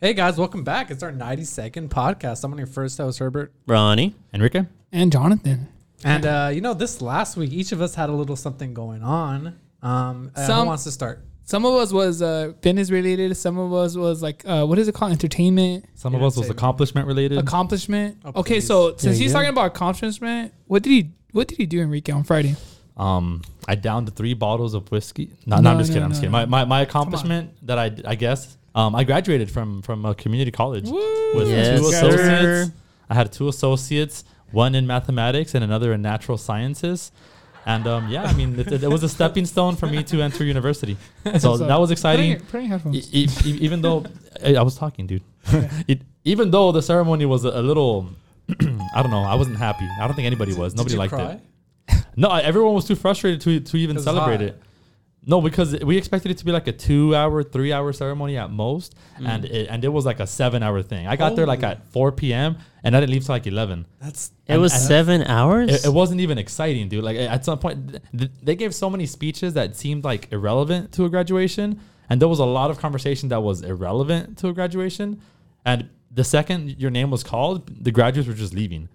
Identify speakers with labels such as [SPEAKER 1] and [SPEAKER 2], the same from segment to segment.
[SPEAKER 1] Hey guys, welcome back. It's our 92nd podcast. I'm on your first host, Herbert.
[SPEAKER 2] Ronnie.
[SPEAKER 3] Enrique?
[SPEAKER 4] and Jonathan.
[SPEAKER 1] And uh, you know, this last week, each of us had a little something going on. Um, uh, who
[SPEAKER 4] Some-
[SPEAKER 1] wants to start?
[SPEAKER 4] Some of us was uh, fitness related. Some of us was like, uh, what is it called? Entertainment,
[SPEAKER 3] Some of
[SPEAKER 1] Yeah,
[SPEAKER 3] us was
[SPEAKER 1] same.
[SPEAKER 3] accomplishment related.
[SPEAKER 4] accomplishment.
[SPEAKER 1] Oh,
[SPEAKER 4] okay,
[SPEAKER 1] please.
[SPEAKER 4] so since
[SPEAKER 1] Yeah,
[SPEAKER 4] he's
[SPEAKER 1] yeah.
[SPEAKER 4] talking about accomplishment, what did he? What did he do, Enrique, on Friday?
[SPEAKER 3] um, I downed three bottles of whiskey. No, no,
[SPEAKER 4] No,
[SPEAKER 3] I'm just
[SPEAKER 4] no,
[SPEAKER 3] kidding. I'm
[SPEAKER 4] no,
[SPEAKER 3] just kidding.
[SPEAKER 4] no.
[SPEAKER 3] My, my, my accomplishment that I, I guess, um, I graduated from from a community college with
[SPEAKER 2] Yes,
[SPEAKER 3] two
[SPEAKER 2] sir.
[SPEAKER 3] associates. I had two associates, one in mathematics and another in natural sciences. And um, yeah, I mean, it, it was a stepping stone for me to enter university. So
[SPEAKER 4] So-
[SPEAKER 3] that was
[SPEAKER 4] Put on
[SPEAKER 3] exciting.
[SPEAKER 4] your- put on your headphones.
[SPEAKER 3] E- e- e- even though I, I was talking, dude. it, even though the ceremony was a, a little, I don't know, I wasn't happy. I don't think anybody was. Nobody liked it. No, I, everyone was too frustrated to to even
[SPEAKER 1] 'Cause it's
[SPEAKER 3] celebrate
[SPEAKER 1] hot.
[SPEAKER 3] it. No, because we expected it to be like a two-hour, three-hour ceremony at most, and
[SPEAKER 1] Mm.
[SPEAKER 3] it, and it was like a seven-hour thing. I got there like
[SPEAKER 1] Holy.
[SPEAKER 3] at 4 p.m. and I didn't leave till like 11.
[SPEAKER 1] That's
[SPEAKER 2] It was
[SPEAKER 3] and-
[SPEAKER 2] seven hours.
[SPEAKER 3] It, it wasn't even exciting, dude. Like at some point, th- th- they gave so many speeches that seemed like irrelevant to a graduation, and there was a lot of conversation that was irrelevant to a graduation. And the second your name was called, the graduates were just leaving.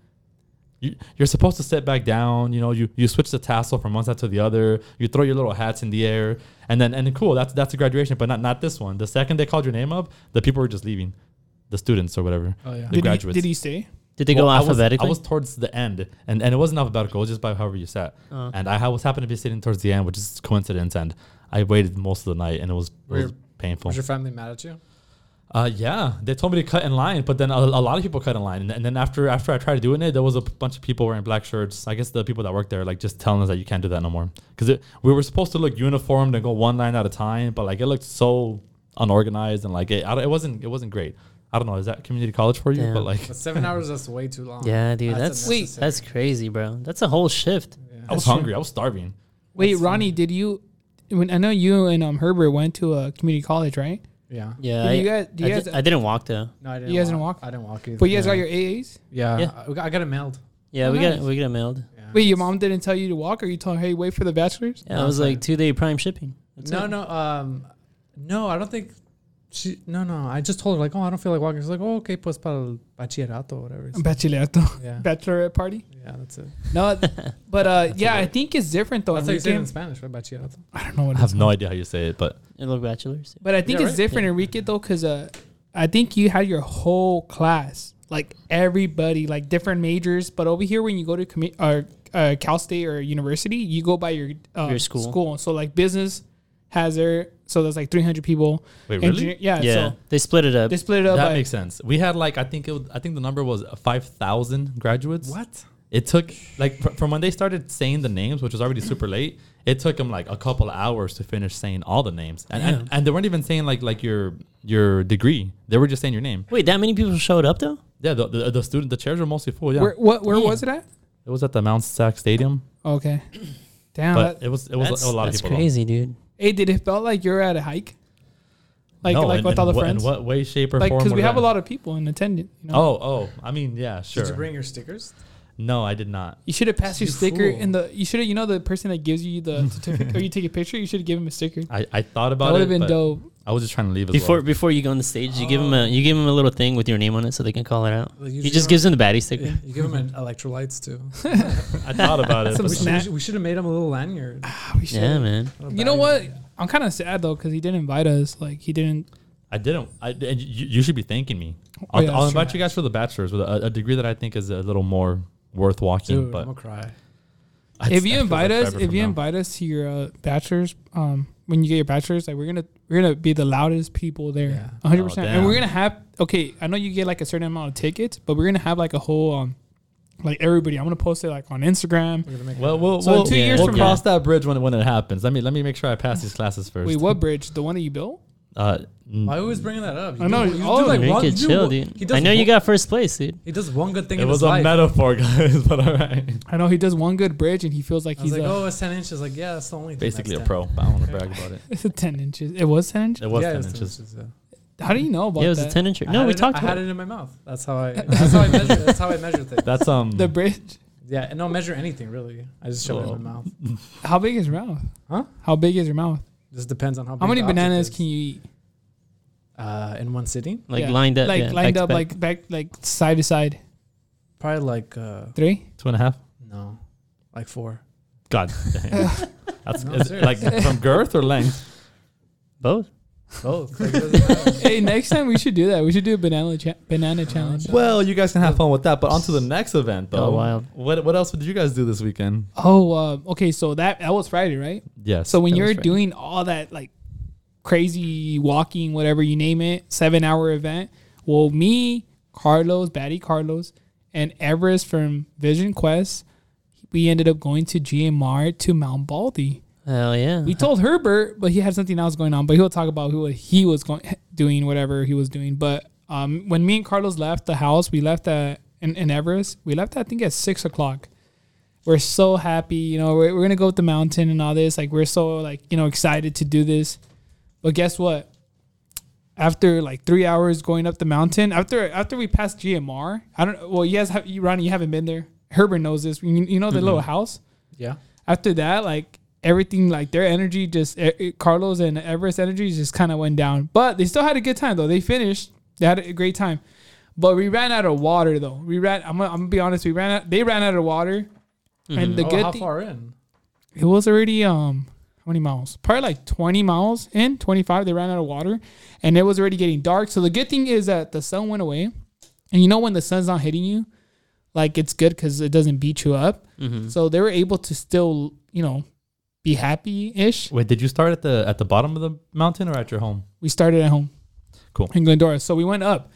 [SPEAKER 3] You, you're supposed to sit back down. You know, you you switch the tassel from one side to the other. You throw your little hats in the air, and then and cool. That's that's a graduation, but not not this one. The second they called your name up, the people were just leaving, the students or whatever.
[SPEAKER 1] Oh, yeah.
[SPEAKER 3] the
[SPEAKER 4] did,
[SPEAKER 3] graduates.
[SPEAKER 4] He, did he stay?
[SPEAKER 2] Did they
[SPEAKER 3] Well,
[SPEAKER 2] go
[SPEAKER 3] I was-
[SPEAKER 2] alphabetically?
[SPEAKER 3] I was, towards the end, and, and it wasn't alphabetical, it was just by however you sat.
[SPEAKER 2] Uh.
[SPEAKER 3] And I ha- was happened to be sitting towards the end, which is coincidence. And I waited most of the night, and it was, it
[SPEAKER 1] Were your-
[SPEAKER 3] was painful.
[SPEAKER 1] Was your family mad at you?
[SPEAKER 3] Uh, yeah, they told me to cut in line, but then a, a lot of people cut in line, and, and then after after I tried doing it, there was a p- bunch of people wearing black shirts. I guess the people that work there like just telling us that you can't do that no more because we were supposed to look uniformed and go one line at a time, but like it looked so unorganized and like it I don't- it wasn't it wasn't great. I don't know. Is that community college for you?
[SPEAKER 2] Damn.
[SPEAKER 3] But like,
[SPEAKER 1] But seven hours that's way too long.
[SPEAKER 2] yeah, dude, that's
[SPEAKER 4] Wait.
[SPEAKER 1] unnecessary.
[SPEAKER 2] that's crazy, bro. That's a whole shift.
[SPEAKER 1] Yeah.
[SPEAKER 3] I was hungry. I was starving.
[SPEAKER 4] Wait,
[SPEAKER 1] That's
[SPEAKER 4] Ronnie, did you? When I know you and um Herbert went to a community college, right?
[SPEAKER 1] Yeah.
[SPEAKER 2] Yeah,
[SPEAKER 4] Did
[SPEAKER 2] I,
[SPEAKER 4] you guys- do you
[SPEAKER 2] I,
[SPEAKER 4] guys-
[SPEAKER 2] di- I didn't walk though.
[SPEAKER 1] No, I didn't.
[SPEAKER 4] You guys didn't walk?
[SPEAKER 1] I didn't walk either.
[SPEAKER 4] But you guys got
[SPEAKER 1] Yeah.
[SPEAKER 4] your AAs.
[SPEAKER 1] Yeah,
[SPEAKER 2] Yeah.
[SPEAKER 1] I, I got it mailed.
[SPEAKER 2] Yeah,
[SPEAKER 4] Oh,
[SPEAKER 2] we
[SPEAKER 4] nice.
[SPEAKER 2] got we got mailed.
[SPEAKER 1] Yeah.
[SPEAKER 4] Wait, your mom didn't tell you to walk, or you told her, hey, wait for the bachelors?
[SPEAKER 2] Yeah,
[SPEAKER 1] No,
[SPEAKER 2] it was
[SPEAKER 1] sorry.
[SPEAKER 2] like two day prime shipping. That's
[SPEAKER 1] No,
[SPEAKER 2] it.
[SPEAKER 1] no, um, no. I don't think she. No, no. I just told her like, oh, I don't feel like walking. She's like, oh, okay, pues para el bachillerato, or whatever. It's-
[SPEAKER 4] Bachillerato,
[SPEAKER 1] yeah,
[SPEAKER 4] bachelorette party.
[SPEAKER 1] yeah, that's it.
[SPEAKER 4] No, but uh, yeah, I think it's different though.
[SPEAKER 1] That's how you say it in
[SPEAKER 4] Enrique.
[SPEAKER 1] Spanish, right? Bachillerato.
[SPEAKER 4] I don't know what
[SPEAKER 3] I have
[SPEAKER 4] it's called.
[SPEAKER 3] no idea how you say it, but
[SPEAKER 2] It looked bachelors.
[SPEAKER 4] But I think
[SPEAKER 1] Yeah,
[SPEAKER 4] it's
[SPEAKER 1] right?
[SPEAKER 4] different,
[SPEAKER 2] Yeah.
[SPEAKER 4] Enrique, though, because uh, I think you had your whole class, like everybody, like different majors. But over here, when you go to commu- or, uh, Cal State or university, you go by your, uh,
[SPEAKER 2] Your school.
[SPEAKER 4] So like business has their so there's like 300 people.
[SPEAKER 3] wait, really?
[SPEAKER 4] Engineer- yeah,
[SPEAKER 2] Yeah,
[SPEAKER 4] So
[SPEAKER 2] they split it up.
[SPEAKER 4] they split it up.
[SPEAKER 3] that
[SPEAKER 4] by,
[SPEAKER 3] makes sense. We had like I think it was, I think the number was five thousand graduates.
[SPEAKER 1] What?
[SPEAKER 3] It took like fr- from when they started saying the names, which was already super late. It took them like a couple hours to finish saying all the names, and and, and they weren't even saying like like your your degree. They were just saying your name.
[SPEAKER 2] Wait, that many people showed up though?
[SPEAKER 3] Yeah, the the, the student the chairs were mostly full. Yeah,
[SPEAKER 4] Where what where
[SPEAKER 2] Damn.
[SPEAKER 4] was it at?
[SPEAKER 3] it was at the Mount Sac Stadium,
[SPEAKER 4] Okay. Damn.
[SPEAKER 3] but
[SPEAKER 4] that-
[SPEAKER 3] it was it was
[SPEAKER 2] that's,
[SPEAKER 3] a lot of
[SPEAKER 2] that's
[SPEAKER 3] people. though.
[SPEAKER 2] crazy, dude.
[SPEAKER 4] hey, did it felt like you're at a hike? Like
[SPEAKER 3] No,
[SPEAKER 4] like
[SPEAKER 3] and-
[SPEAKER 4] with
[SPEAKER 3] and
[SPEAKER 4] all the
[SPEAKER 3] what-
[SPEAKER 4] friends?
[SPEAKER 3] In what way, shape, or
[SPEAKER 4] Like
[SPEAKER 3] form?
[SPEAKER 4] because
[SPEAKER 3] would
[SPEAKER 4] we have a
[SPEAKER 3] that-
[SPEAKER 4] lot of people in attendance. You know?
[SPEAKER 3] Oh, oh, I mean, yeah, sure.
[SPEAKER 1] Did you bring your stickers?
[SPEAKER 3] no, I did not.
[SPEAKER 4] You should have passed your
[SPEAKER 1] You
[SPEAKER 4] sticker
[SPEAKER 1] fool.
[SPEAKER 4] in the. You should have. You know the person that gives you the certificate, or you take a picture. You should have given him a sticker.
[SPEAKER 3] I, I thought
[SPEAKER 4] That
[SPEAKER 3] about
[SPEAKER 4] would
[SPEAKER 3] it.
[SPEAKER 4] have been
[SPEAKER 3] but
[SPEAKER 4] dope.
[SPEAKER 3] I was just trying to leave as
[SPEAKER 2] Before
[SPEAKER 3] well.
[SPEAKER 2] before you go on the stage, you give them a you give them a little thing with your name on it so they can call it out.
[SPEAKER 1] Like,
[SPEAKER 2] He
[SPEAKER 1] usually
[SPEAKER 2] just
[SPEAKER 1] don't-
[SPEAKER 2] gives them the baddie sticker.
[SPEAKER 1] Yeah, you give them an electrolytes too.
[SPEAKER 3] I thought about it.
[SPEAKER 4] Some
[SPEAKER 3] but
[SPEAKER 1] we,
[SPEAKER 3] then-
[SPEAKER 4] snack.
[SPEAKER 1] should, we should have made them a little lanyard.
[SPEAKER 4] Ah, we
[SPEAKER 2] Yeah,
[SPEAKER 4] should've.
[SPEAKER 2] man.
[SPEAKER 4] You know what? I'm kind of sad though because he didn't invite us. Like he didn't.
[SPEAKER 3] I didn't. I, and you, you should be thanking me.
[SPEAKER 4] Oh,
[SPEAKER 3] I'll,
[SPEAKER 4] yeah,
[SPEAKER 3] I'll
[SPEAKER 4] that's
[SPEAKER 3] invite you guys for the bachelor's with a, a degree that I think is a little more worth walking.
[SPEAKER 1] Dude, I'm
[SPEAKER 3] but
[SPEAKER 1] gonna cry.
[SPEAKER 3] I-
[SPEAKER 4] if you
[SPEAKER 3] I feel
[SPEAKER 4] invite
[SPEAKER 3] like
[SPEAKER 4] us,
[SPEAKER 3] forever
[SPEAKER 4] if
[SPEAKER 3] from
[SPEAKER 4] you
[SPEAKER 3] now.
[SPEAKER 4] invite us to your uh, bachelor's, um, when you get your bachelor's, like we're gonna we're gonna be the loudest people
[SPEAKER 1] Yeah.
[SPEAKER 4] there, 100.
[SPEAKER 3] Oh,
[SPEAKER 4] percent
[SPEAKER 3] damn.
[SPEAKER 4] And we're gonna have. Okay, I know you get like a certain amount of tickets, but we're gonna have like a whole um, like everybody. I'm gonna post it like on Instagram.
[SPEAKER 1] We're gonna make.
[SPEAKER 3] well, we'll,
[SPEAKER 4] So in
[SPEAKER 3] we'll,
[SPEAKER 4] two years
[SPEAKER 3] we'll
[SPEAKER 4] from
[SPEAKER 3] cross that bridge when, when it happens. Let me let me make sure I pass these classes first.
[SPEAKER 4] Wait, what bridge? The one that you built?
[SPEAKER 3] Uh, n-
[SPEAKER 1] Why always bringing that up?
[SPEAKER 4] I know,
[SPEAKER 1] do-
[SPEAKER 4] all of them.
[SPEAKER 2] Enrique,
[SPEAKER 1] you do
[SPEAKER 2] chill,
[SPEAKER 1] one-
[SPEAKER 2] dude.
[SPEAKER 1] does
[SPEAKER 2] I know you
[SPEAKER 1] one-
[SPEAKER 2] got first place, dude.
[SPEAKER 1] He does one good thing.
[SPEAKER 3] it
[SPEAKER 1] in
[SPEAKER 3] was
[SPEAKER 1] his
[SPEAKER 3] a
[SPEAKER 1] life.
[SPEAKER 3] metaphor, guys. But all right,
[SPEAKER 4] I know he does one good bridge, and he feels like
[SPEAKER 1] I was
[SPEAKER 4] he's
[SPEAKER 1] like,
[SPEAKER 4] a,
[SPEAKER 1] oh, it's ten inches. Like, yeah, that's the only. thing
[SPEAKER 3] basically a
[SPEAKER 1] that's
[SPEAKER 3] pro. But I don't want to brag about it.
[SPEAKER 4] It's a ten inches. It was ten inches.
[SPEAKER 3] It
[SPEAKER 1] 10.
[SPEAKER 3] was
[SPEAKER 1] Yeah,
[SPEAKER 3] ten
[SPEAKER 1] it's 10
[SPEAKER 3] inches.
[SPEAKER 1] yeah.
[SPEAKER 4] How do you know about
[SPEAKER 2] Yeah, it was
[SPEAKER 4] that?
[SPEAKER 2] a ten inch.
[SPEAKER 1] I
[SPEAKER 2] No,
[SPEAKER 1] had
[SPEAKER 2] we
[SPEAKER 1] it-
[SPEAKER 2] talked
[SPEAKER 1] I
[SPEAKER 2] about
[SPEAKER 1] had
[SPEAKER 2] it.
[SPEAKER 1] it in my mouth. That's how I. That's how I measure. That's how I measure things.
[SPEAKER 3] That's um.
[SPEAKER 4] the bridge.
[SPEAKER 1] Yeah, and don't measure anything really. I just shove it in my mouth.
[SPEAKER 4] How big is your mouth?
[SPEAKER 1] Huh?
[SPEAKER 4] How big is your mouth?
[SPEAKER 1] Just depends on how.
[SPEAKER 4] How
[SPEAKER 1] big
[SPEAKER 4] many
[SPEAKER 1] the object
[SPEAKER 4] bananas
[SPEAKER 1] is.
[SPEAKER 4] can you eat?
[SPEAKER 1] uh, in one sitting.
[SPEAKER 2] Like
[SPEAKER 4] Yeah.
[SPEAKER 2] lined up,
[SPEAKER 4] like
[SPEAKER 2] yeah,
[SPEAKER 4] lined
[SPEAKER 2] back to
[SPEAKER 4] up,
[SPEAKER 2] back.
[SPEAKER 4] like back, like side to side.
[SPEAKER 1] Probably like uh,
[SPEAKER 4] Three.
[SPEAKER 3] Two and a half.
[SPEAKER 1] no, like four.
[SPEAKER 3] God damn. That's
[SPEAKER 1] No,
[SPEAKER 3] is- like
[SPEAKER 1] seriously.
[SPEAKER 3] from girth or length.
[SPEAKER 2] both.
[SPEAKER 1] Both. Like, doesn't matter.
[SPEAKER 4] hey, next time we should do that. We should do a banana cha- banana challenge.
[SPEAKER 3] Well, you guys can have fun with that. But on to the next event, though.
[SPEAKER 2] Oh, wild.
[SPEAKER 3] What What else did you guys do this weekend?
[SPEAKER 4] Oh, uh, okay. So that that was Friday, right?
[SPEAKER 3] Yes.
[SPEAKER 4] So when
[SPEAKER 2] That was
[SPEAKER 4] you're
[SPEAKER 2] Friday.
[SPEAKER 4] doing all that like crazy walking, whatever you name it, seven hour event, well, me, Carlos, Batty Carlos, and Everest from Vision Quest, we ended up going to GMR to Mount Baldy.
[SPEAKER 2] Hell yeah.
[SPEAKER 4] We told Herbert, but he had something else going on. But he'll talk about who he was going doing whatever he was doing. But um, when me and Carlos left the house, we left at in, in Everest. We left I think at six o'clock. We're so happy, you know. We're, we're gonna go up the mountain and all this. Like we're so like you know excited to do this. But guess what? After like three hours going up the mountain, after after we passed GMR, I don't. Well, you guys have you, Ronnie. You haven't been there. Herbert knows this. You, you know the little house
[SPEAKER 1] yeah.
[SPEAKER 4] after that, like everything, like their energy, just eh, eh, Carlos and Everest energy just kind of went down. But they still had a good time though. They finished. They had a great time. But we ran out of water though. We ran. I'm gonna, I'm gonna be honest. We ran out. They ran out of water. And the
[SPEAKER 1] oh,
[SPEAKER 4] good
[SPEAKER 1] how
[SPEAKER 4] thing,
[SPEAKER 1] far in?
[SPEAKER 4] it was already um how many miles? Probably like 20 miles in, 25. They ran out of water, and it was already getting dark. So the good thing is that the sun went away, and you know when the sun's not hitting you, like it's good because it doesn't beat you up. So they were able to still, you know, be happy ish.
[SPEAKER 3] wait, did you start at the at the bottom of the mountain or at your home?
[SPEAKER 4] We started at home.
[SPEAKER 3] Cool.
[SPEAKER 4] In Glendora. So we went up.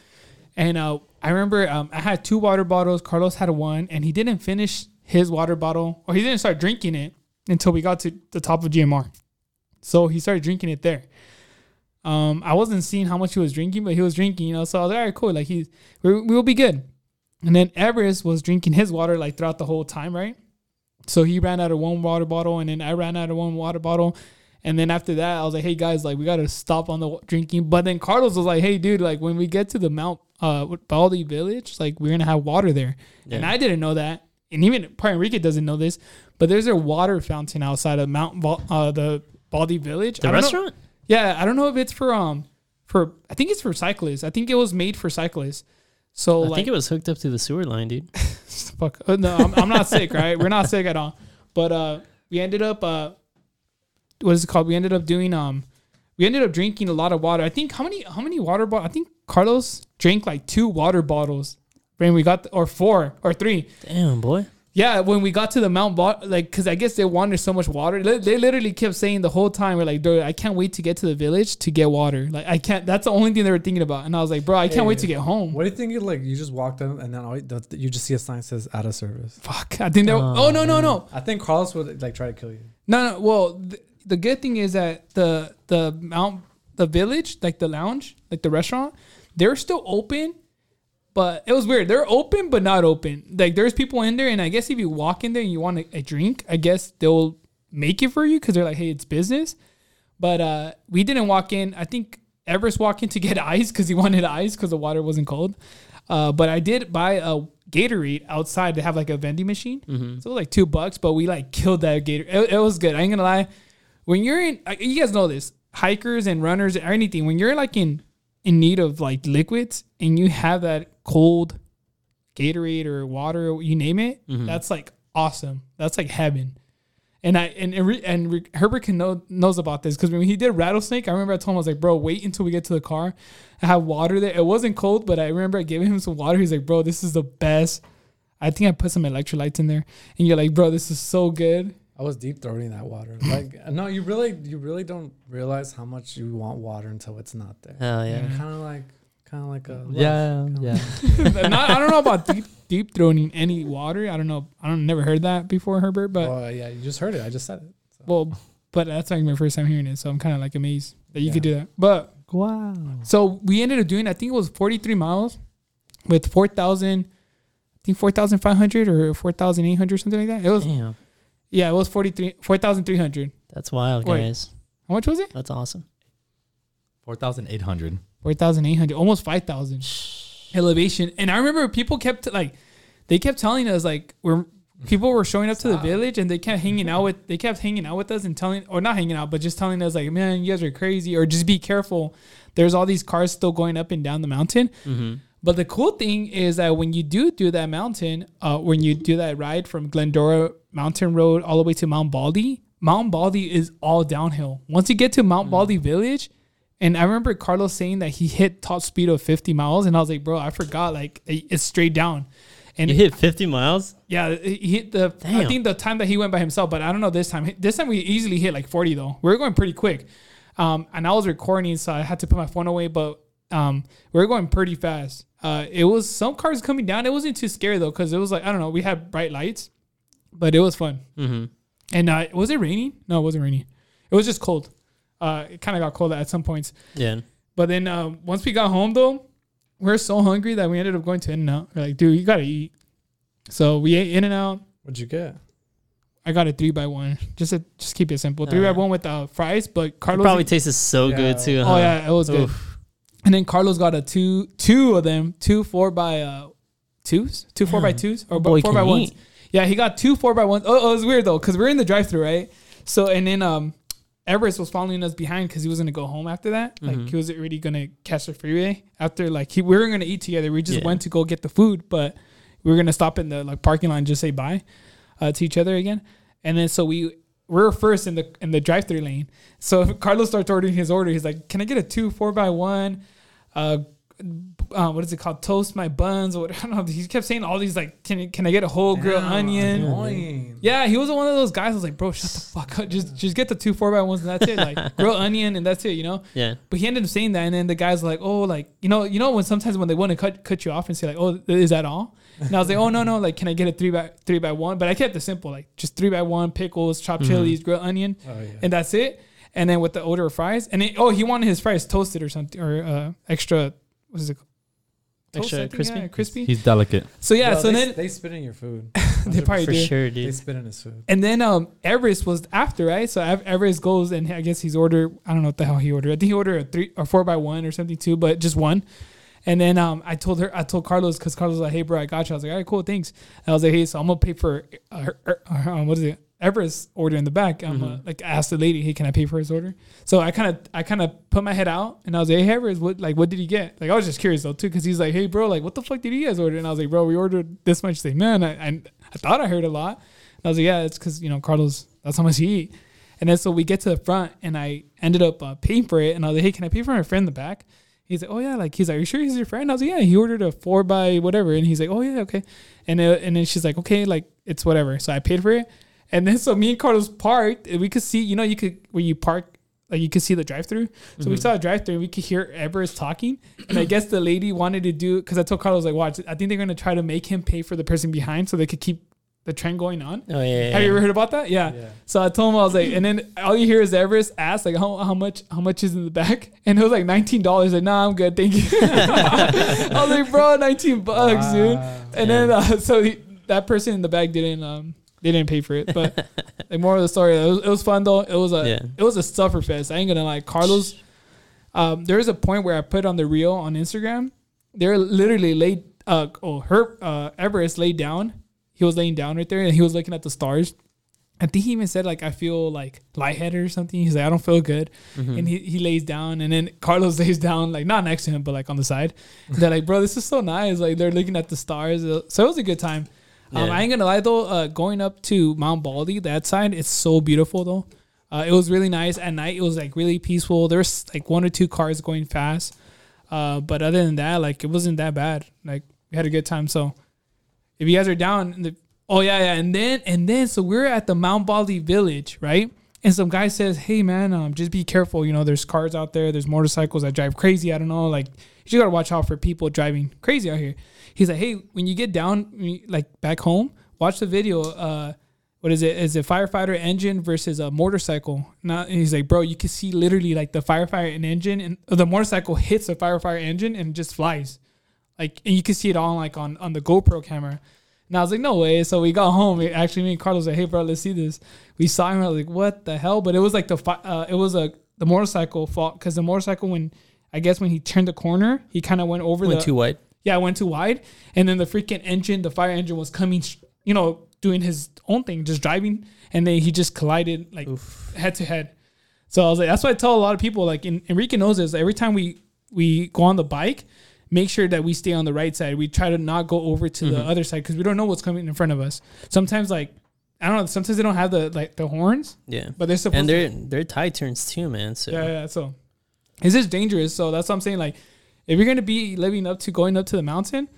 [SPEAKER 4] And uh, I remember um, I had two water bottles. Carlos had one, and he didn't finish his water bottle or he didn't start drinking it until we got to the top of GMR. So he started drinking it there. Um, I wasn't seeing how much he was drinking, but he was drinking, you know. So I was like, all right, cool. Like he's, we we'll be good. And then Everest was drinking his water like throughout the whole time, right? So he ran out of one water bottle, and then I ran out of one water bottle. And then after that, I was like, "Hey guys, like we gotta stop on the wa- drinking." But then Carlos was like, "Hey dude, like when we get to the Mount uh what, Baldy Village, like we're gonna have water there." And I didn't know that, and even Puerto Enrique doesn't know this. But there's a water fountain outside of Mount Val- uh, the Baldy Village.
[SPEAKER 2] the
[SPEAKER 4] I don't know-
[SPEAKER 2] restaurant?
[SPEAKER 4] yeah, I don't know if it's for um for I think it's for cyclists. I think it was made for cyclists. So
[SPEAKER 2] I
[SPEAKER 4] like,
[SPEAKER 2] think it was hooked up to the sewer line, dude.
[SPEAKER 4] fuck. Uh, No, I'm, I'm not sick, right? We're not sick at all. But uh, we ended up uh, what is it called? We ended up doing um, we ended up drinking a lot of water. I think how many how many water bottles? I think Carlos drank like two water bottles when we got the, or four or three.
[SPEAKER 2] Damn, boy.
[SPEAKER 4] Yeah, when we got to the Mount, Bo- like, cause I guess they wanted so much water. Li- They literally kept saying the whole time, "We're like, dude, I can't wait to get to the village to get water. Like, I can't." That's the only thing they were thinking about. And I was like, "Bro, I can't wait to get home."
[SPEAKER 1] What do you think? It, like you just walked in and then all, the, you just see a sign that says out of service.
[SPEAKER 4] Fuck! I think they. Were- oh no no no
[SPEAKER 1] I think Carlos would like try to kill you.
[SPEAKER 4] no no. Well, th- the good thing is that the the Mount the village, like the lounge, like the restaurant, they're still open. But it was weird. They're open, but not open. Like there's people in there, and I guess if you walk in there and you want a, a drink, I guess they'll make it for you because they're like, hey, it's business. But uh, we didn't walk in. I think Everest walked in to get ice because he wanted ice because the water wasn't cold. Uh, but I did buy a Gatorade outside to have like a vending machine. So it was like two bucks, but we like killed that Gatorade. It, it was good. I ain't gonna lie. When you're in, I- you guys know this, hikers and runners or anything. When you're like in in need of like liquids and you have that cold Gatorade or water, you name it, that's like awesome. That's like heaven. And I and and, re, and re, Herbert can know knows about this because when he did rattlesnake, I remember I told him I was like, bro, wait until we get to the car. I have water there. It wasn't cold, but I remember I gave him some water. He's like, bro, this is the best. I think I put some electrolytes in there, and you're like, bro, this is so good.
[SPEAKER 1] I was deep throating that water. Like no, you really you really don't realize how much you want water until it's not there.
[SPEAKER 2] Hell yeah.
[SPEAKER 1] Kind of like kind of like a love.
[SPEAKER 3] Yeah, yeah.
[SPEAKER 4] Not, I don't know about deep deep throating any water. I don't know. I don't never heard that before, Herbert. But
[SPEAKER 1] Well, oh, yeah, you just heard it. I just said it.
[SPEAKER 4] well, but that's like my first time hearing it, so I'm kind of like amazed that you could
[SPEAKER 1] Yeah.
[SPEAKER 4] do that. But
[SPEAKER 3] wow.
[SPEAKER 4] So we ended up doing, I think it was 43 miles with 4,000, I think 4,500 or 4,800, something like that. It was,
[SPEAKER 2] Damn.
[SPEAKER 4] yeah, it was 43, 4,300.
[SPEAKER 2] That's wild,
[SPEAKER 4] Wait.
[SPEAKER 2] guys.
[SPEAKER 4] How much was it?
[SPEAKER 2] That's awesome.
[SPEAKER 3] Four thousand eight hundred.
[SPEAKER 4] 4,800, almost 5,000 elevation. And I remember people kept like, they kept telling us like, we're people were showing up to the village and they kept hanging out with they kept hanging out with us and telling or not hanging out but just telling us like man you guys are crazy or just be careful there's all these cars still going up and down the mountain but the cool thing is that when you do do that mountain uh, when you do that ride from glendora mountain road all the way to mount baldy mount baldy is all downhill once you get to mount baldy village and I remember Carlos saying that he hit top speed of 50 miles, and I was like, bro, I forgot. Like, it- it's straight down. And
[SPEAKER 2] You hit 50 miles?
[SPEAKER 4] yeah, he hit the. I
[SPEAKER 2] Damn.
[SPEAKER 4] think the time that he went by himself, but I don't know this time. This time we easily hit like 40 though. We were going pretty quick, um, and I was recording, so I had to put my phone away. But um, we were going pretty fast. Uh, it was some cars coming down. It wasn't too scary though, because it was like I don't know. We had bright lights, but it was fun.
[SPEAKER 2] Mhm.
[SPEAKER 4] And uh, was it raining? No, it wasn't raining. It was just cold. Uh, it kind of got cold at some points.
[SPEAKER 2] Yeah.
[SPEAKER 4] But then um, once we got home though, we were so hungry that we ended up going to In and Out. We're like, dude, you gotta eat. So we ate In and Out.
[SPEAKER 1] What'd you get?
[SPEAKER 4] I got a three by one. Just to, just keep it simple. Three
[SPEAKER 2] Uh,
[SPEAKER 4] by one with uh, fries, but
[SPEAKER 2] It
[SPEAKER 4] Carlos.
[SPEAKER 2] probably tastes so
[SPEAKER 1] Yeah.
[SPEAKER 2] good too.
[SPEAKER 4] oh yeah, it was good. And then Carlos got a two two of them, two four by uh twos, two four by
[SPEAKER 2] Damn.
[SPEAKER 4] twos or
[SPEAKER 2] Boy
[SPEAKER 4] four
[SPEAKER 2] can
[SPEAKER 4] by ones.
[SPEAKER 2] eat.
[SPEAKER 4] Yeah, he got two four by ones. Oh, it was weird though, because we're in the drive through, right? So and then um, Everest was following us behind because he was gonna go home after that. Like he was already gonna catch the freeway after. Like he, we were gonna eat together. We just
[SPEAKER 2] Yeah.
[SPEAKER 4] went to go get the food, but we were gonna stop in the like parking lot and just say bye uh, to each other again. And then so we we were first in the in the drive through lane. So if Carlos starts ordering his order. He's like, "Can I get a two four by one? Uh, uh, what is it called? Toast my buns or what? I don't know." He kept saying all these like, "Can I- can I get a whole Oh, grilled onion?"
[SPEAKER 1] Annoying.
[SPEAKER 4] Yeah, he was one of those guys. I was like, "Bro, shut the fuck up. Just just get the two four by ones and that's it. Like grilled onion and that's it. You know."
[SPEAKER 2] Yeah.
[SPEAKER 4] But he ended up saying that, and then the guys were like, "Oh, like you know, you know when sometimes when they want to cut cut you off and say like, oh, is that all?" And I was like, "Oh no, no, like can I get a three by three by one?" But I kept it simple, like just three by one pickles, chopped chilies, grilled onion,
[SPEAKER 1] Oh, yeah.
[SPEAKER 4] and that's it. And then with the order of fries, and it, oh, he wanted his fries toasted or something or uh, extra. What is it? called? Toast,
[SPEAKER 2] Extra
[SPEAKER 4] I think, yeah,
[SPEAKER 2] crispy?
[SPEAKER 4] crispy.
[SPEAKER 3] He's delicate.
[SPEAKER 4] so yeah,
[SPEAKER 1] Bro,
[SPEAKER 4] so
[SPEAKER 1] they,
[SPEAKER 4] then
[SPEAKER 1] they spit in your food.
[SPEAKER 4] they probably
[SPEAKER 2] For
[SPEAKER 4] do.
[SPEAKER 2] sure,
[SPEAKER 1] They
[SPEAKER 2] dude.
[SPEAKER 1] spit in his food.
[SPEAKER 4] And then um Everest was after, right? So Ev- Everest goes and I guess he's ordered I don't know what the hell he ordered. I think he ordered a three or four by one or something too, but just one. And then um I told her I told Carlos because Carlos was like, hey bro, I got you. I was like, all right, cool, thanks. And I was like, hey, so I'm gonna pay for uh, her, her- her- um, what is it? Everest order in the back. I'm uh, like I asked the lady, hey, can I pay for his order? So I kind of I kind of put my head out and I was like, hey Everest, what like what did he get? Like I was just curious though too because he's like, hey bro, like what the fuck did you guys order? And I was like, bro, we ordered this much. He's like, man, I, I I thought I heard a lot. And I was like, yeah, it's because you know Carlos, that's how much he eat. And then so we get to the front, and I ended up uh, paying for it. And I was like, hey, can I pay for my friend in the back? He's like, oh yeah, like he's like, are you sure he's your friend? I was like, yeah, he ordered a four by whatever, and he's like, oh yeah, okay. And uh, and then she's like, okay, like it's whatever. So I paid for it, and then so me and Carlos parked, and we could see, you know, you could where you park. Like you could see the drive-through, so we saw a drive-through. We could hear Everest talking, and I guess the lady wanted to do because I told Carlos like, watch, I think they're gonna try to make him pay for the person behind so they could keep the trend going on.
[SPEAKER 2] Oh yeah.
[SPEAKER 4] Have you ever heard about that? Yeah.
[SPEAKER 1] Yeah.
[SPEAKER 4] So I told him I was like, and then all you hear is Everest ask like, how, how much how much is in the back? And it was like nineteen dollars. Like, nah, I'm good, thank you. I was like, bro, nineteen bucks, dude.
[SPEAKER 1] Wow.
[SPEAKER 4] And then uh, so he, that person in the back didn't um they didn't pay for it. But like more of the story, it was, it was fun though. It was a
[SPEAKER 2] Yeah.
[SPEAKER 4] it was a suffer fest. I ain't gonna lie, Carlos. Um, there was a point where I put on the reel on Instagram. They're literally laid. Uh, oh, her uh, Everest laid down. He was laying down right there, and he was looking at the stars. I think he even said like I feel like lightheaded or something. He's like I don't feel good, and he, he lays down, and then Carlos lays down like not next to him, but like on the side. They're like, bro, this is so nice. Like they're looking at the stars, Uh, so it was a good time. Um,
[SPEAKER 2] Yeah.
[SPEAKER 4] I ain't gonna lie though, uh, going up to Mount Baldy that side, it's so beautiful though. Uh, it was really nice at night. It was like really peaceful. There was like one or two cars going fast, uh, but other than that, like it wasn't that bad. Like we had a good time. So if you guys are down in the oh yeah yeah and then and then so we're at the mount baldy village right and some guy says hey man um, just be careful you know there's cars out there there's motorcycles that drive crazy i don't know like you just gotta watch out for people driving crazy out here he's like hey when you get down you- like back home watch the video uh what is it? Is it firefighter engine versus a motorcycle? Not, and he's like, bro, you can see literally like the firefighter and engine and the motorcycle hits the firefighter engine and just flies like and you can see it all like on on the GoPro camera. And I was like, no way. So we got home. We- actually, me and Carlos were like, hey bro, let's see this. We saw him. I was like, what the hell? But it was like the fi- uh, it was a the motorcycle fault because the motorcycle when I guess when he turned the corner, he kind of went over
[SPEAKER 2] Went
[SPEAKER 4] the
[SPEAKER 2] too wide.
[SPEAKER 4] yeah, it went too wide. And then the freaking engine, the fire engine was coming, sh- you know, doing his own thing, just driving, and then he just collided like head to head. So I was like, that's why I tell a lot of people. Like en- Enrique knows this. Every time we we go on the bike, make sure that we stay on the right side. We try to not go over to the other side because we don't know what's coming in front of us. Sometimes like I don't know. Sometimes they don't have the like the horns,
[SPEAKER 2] Yeah.
[SPEAKER 4] but they're supposed.
[SPEAKER 2] And
[SPEAKER 4] to
[SPEAKER 2] they're they're tie turns too, man. So
[SPEAKER 4] yeah, yeah. So it's just dangerous. So that's what I'm saying. Like, if you're gonna be living up to going up to the mountain,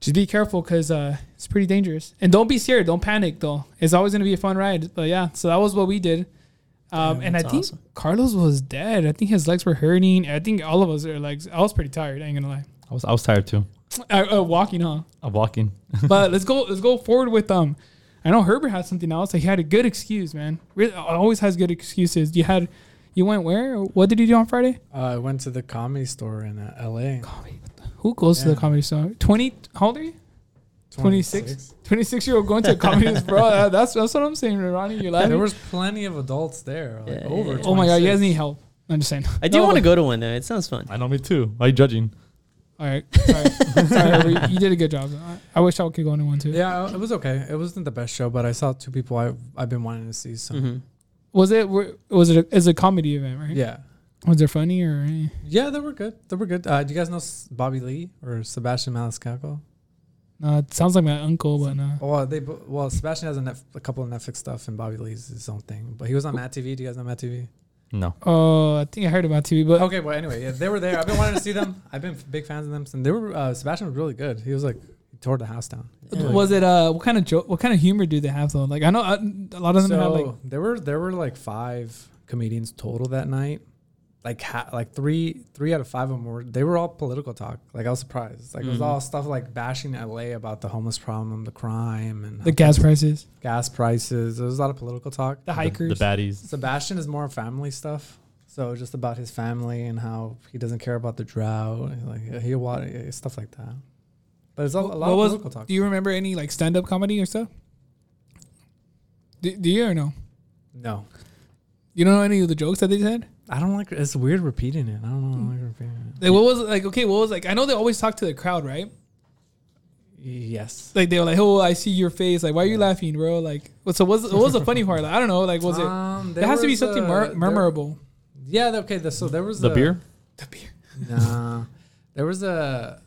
[SPEAKER 4] just be careful because uh, it's pretty dangerous. And don't be scared. Don't panic though. It's always gonna be a fun ride. But yeah, so that was what we did. Um,
[SPEAKER 2] Yeah,
[SPEAKER 4] and I
[SPEAKER 2] that's
[SPEAKER 4] think
[SPEAKER 2] awesome.
[SPEAKER 4] Carlos was dead. I think his legs were hurting. I think all of us are legs. I was pretty tired. I ain't gonna lie.
[SPEAKER 3] I was I was tired too.
[SPEAKER 4] Uh, uh, walking, huh?
[SPEAKER 3] I'm walking.
[SPEAKER 4] But let's go. Let's go forward with um. I know Herbert had something else. Like he had a good excuse, man. Really, always has good excuses. You had, you went where? What did you do on Friday?
[SPEAKER 1] Uh, I went to the comedy store in uh, L.A.
[SPEAKER 4] Who goes to the
[SPEAKER 1] Yeah.
[SPEAKER 4] comedy store? 20, how old are you? 26? 26 year old going to a comedy store. Bro, that- that's, that's what I'm saying, Ronnie.
[SPEAKER 1] There
[SPEAKER 4] You're laughing.
[SPEAKER 1] was plenty of adults there. Like
[SPEAKER 2] Yeah,
[SPEAKER 1] over.
[SPEAKER 2] yeah, yeah.
[SPEAKER 4] oh my God, you
[SPEAKER 1] 26.
[SPEAKER 4] guys need help. I'm just saying.
[SPEAKER 2] I do
[SPEAKER 4] No,
[SPEAKER 2] want to
[SPEAKER 4] but-
[SPEAKER 2] go to one though. It sounds fun.
[SPEAKER 3] I know me too. Why are you judging?
[SPEAKER 4] All right. Sorry. Sorry, Herbert. You did a good job. I- I wish I could go into one too.
[SPEAKER 1] Yeah, it was okay. It wasn't the best show, but I saw two people I I've been wanting to see. So
[SPEAKER 2] hmm
[SPEAKER 4] Was it, were- was it, a, it's a comedy event, right?
[SPEAKER 1] yeah,
[SPEAKER 4] Was it funny or? any-
[SPEAKER 1] yeah, they were good. They were good. Uh, do you guys know S- Bobby Lee or Sebastian Maniscalco? Oh,
[SPEAKER 4] No, it sounds like my uncle, but no.
[SPEAKER 1] Well, they bo- well Sebastian has a, Netf- a couple of Netflix stuff, and Bobby Lee's his own thing. But he was on Matt TV. Do you guys know Matt TV?
[SPEAKER 3] No.
[SPEAKER 4] Oh, I think I heard about TV, but
[SPEAKER 1] Okay, well, anyway, yeah, they were there. I've been wanting to see them. I've been f- big fans of them, and they were. Uh, Sebastian was really good. He was like he tore the house down.
[SPEAKER 2] Yeah.
[SPEAKER 4] was it, uh, what kind of joke, what kind of humor do they have though? Like, I know uh, a lot of them have like,
[SPEAKER 1] So there were there were like five comedians total that night. Like ha- like three three out of five of them were they were all political talk. Like I was surprised. Like it was
[SPEAKER 4] Mm-hmm.
[SPEAKER 1] all stuff like bashing LA about the homeless problem, the crime, and
[SPEAKER 4] the gas prices,
[SPEAKER 1] gas prices. There was a lot of political talk.
[SPEAKER 3] The,
[SPEAKER 4] the hikers.
[SPEAKER 3] the baddies.
[SPEAKER 1] Sebastian is more family stuff. So just about his family and how he doesn't care about the drought, like he water stuff like that. But it's all, a lot
[SPEAKER 4] What
[SPEAKER 1] of
[SPEAKER 4] was-
[SPEAKER 1] political talk.
[SPEAKER 4] Do you remember any like stand up comedy or stuff? Do, do you or no?
[SPEAKER 1] no,
[SPEAKER 4] You don't know any of the jokes that they said?
[SPEAKER 1] I don't like. It's weird repeating it. I don't know. I
[SPEAKER 4] Hmm.
[SPEAKER 1] don't like repeating it.
[SPEAKER 4] Like what was like okay, what was like I know they always talk to the crowd, right?
[SPEAKER 1] Yes.
[SPEAKER 4] Like they were like, Oh, I see your face, like why are you laughing, bro? Like what so what's what was the funny part? Like I don't know, like was it
[SPEAKER 1] Um,
[SPEAKER 4] there has to be
[SPEAKER 1] was
[SPEAKER 4] something
[SPEAKER 1] a-
[SPEAKER 4] mer-
[SPEAKER 1] there-
[SPEAKER 4] memorable.
[SPEAKER 1] Yeah. th- Okay. The, so there was
[SPEAKER 3] The
[SPEAKER 1] a-
[SPEAKER 3] beer?
[SPEAKER 4] The beer.
[SPEAKER 1] Nah. There was a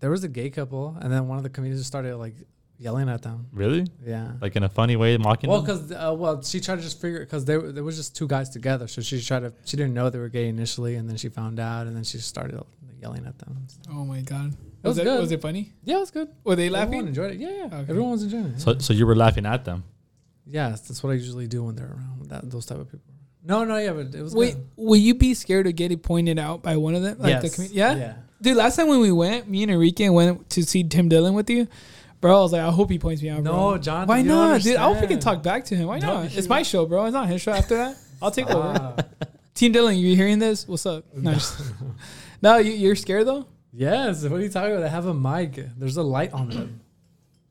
[SPEAKER 1] there was a gay couple, and then one of the comedians just started like yelling at them.
[SPEAKER 3] Really?
[SPEAKER 1] Yeah.
[SPEAKER 3] Like in a funny way, mocking
[SPEAKER 1] well,
[SPEAKER 3] them?
[SPEAKER 1] because uh, well, she tried to just figure because there there was just two guys together, so she tried to she didn't know they were gay initially, and then she found out, and then she started yelling at them.
[SPEAKER 4] Oh my god.
[SPEAKER 1] It was
[SPEAKER 4] Was it
[SPEAKER 1] good.
[SPEAKER 4] was it funny?
[SPEAKER 1] Yeah, it was good.
[SPEAKER 4] Were they
[SPEAKER 1] Everyone
[SPEAKER 4] laughing?
[SPEAKER 1] enjoyed it. Yeah, yeah.
[SPEAKER 4] Okay.
[SPEAKER 1] Everyone was enjoying it.
[SPEAKER 3] So, so you were laughing at them.
[SPEAKER 1] yes, that's what I usually do when they're around that, those type of people. No, no, yeah, but it was
[SPEAKER 4] Wait,
[SPEAKER 1] good.
[SPEAKER 4] will you be scared of getting pointed out by one of them? Like the
[SPEAKER 1] Yes.
[SPEAKER 4] comedian? yeah? Dude, last time when we went, me and Enrique went to see Tim Dillon with you, bro. I was like, I hope he points me out.
[SPEAKER 1] No,
[SPEAKER 4] bro.
[SPEAKER 1] Jonathan,
[SPEAKER 4] Why
[SPEAKER 1] you don't
[SPEAKER 4] not, dude? I hope we can
[SPEAKER 1] understand.
[SPEAKER 4] talk back to him. Why
[SPEAKER 1] No,
[SPEAKER 4] not?
[SPEAKER 1] you
[SPEAKER 4] It's my show, bro. It's not his show. After that, I'll take over.
[SPEAKER 1] Ah.
[SPEAKER 4] Team Dillon, you hearing this? What's up? No, just- no you, you're scared though.
[SPEAKER 1] Yes. What are you talking about? They have a mic. There's a light on them.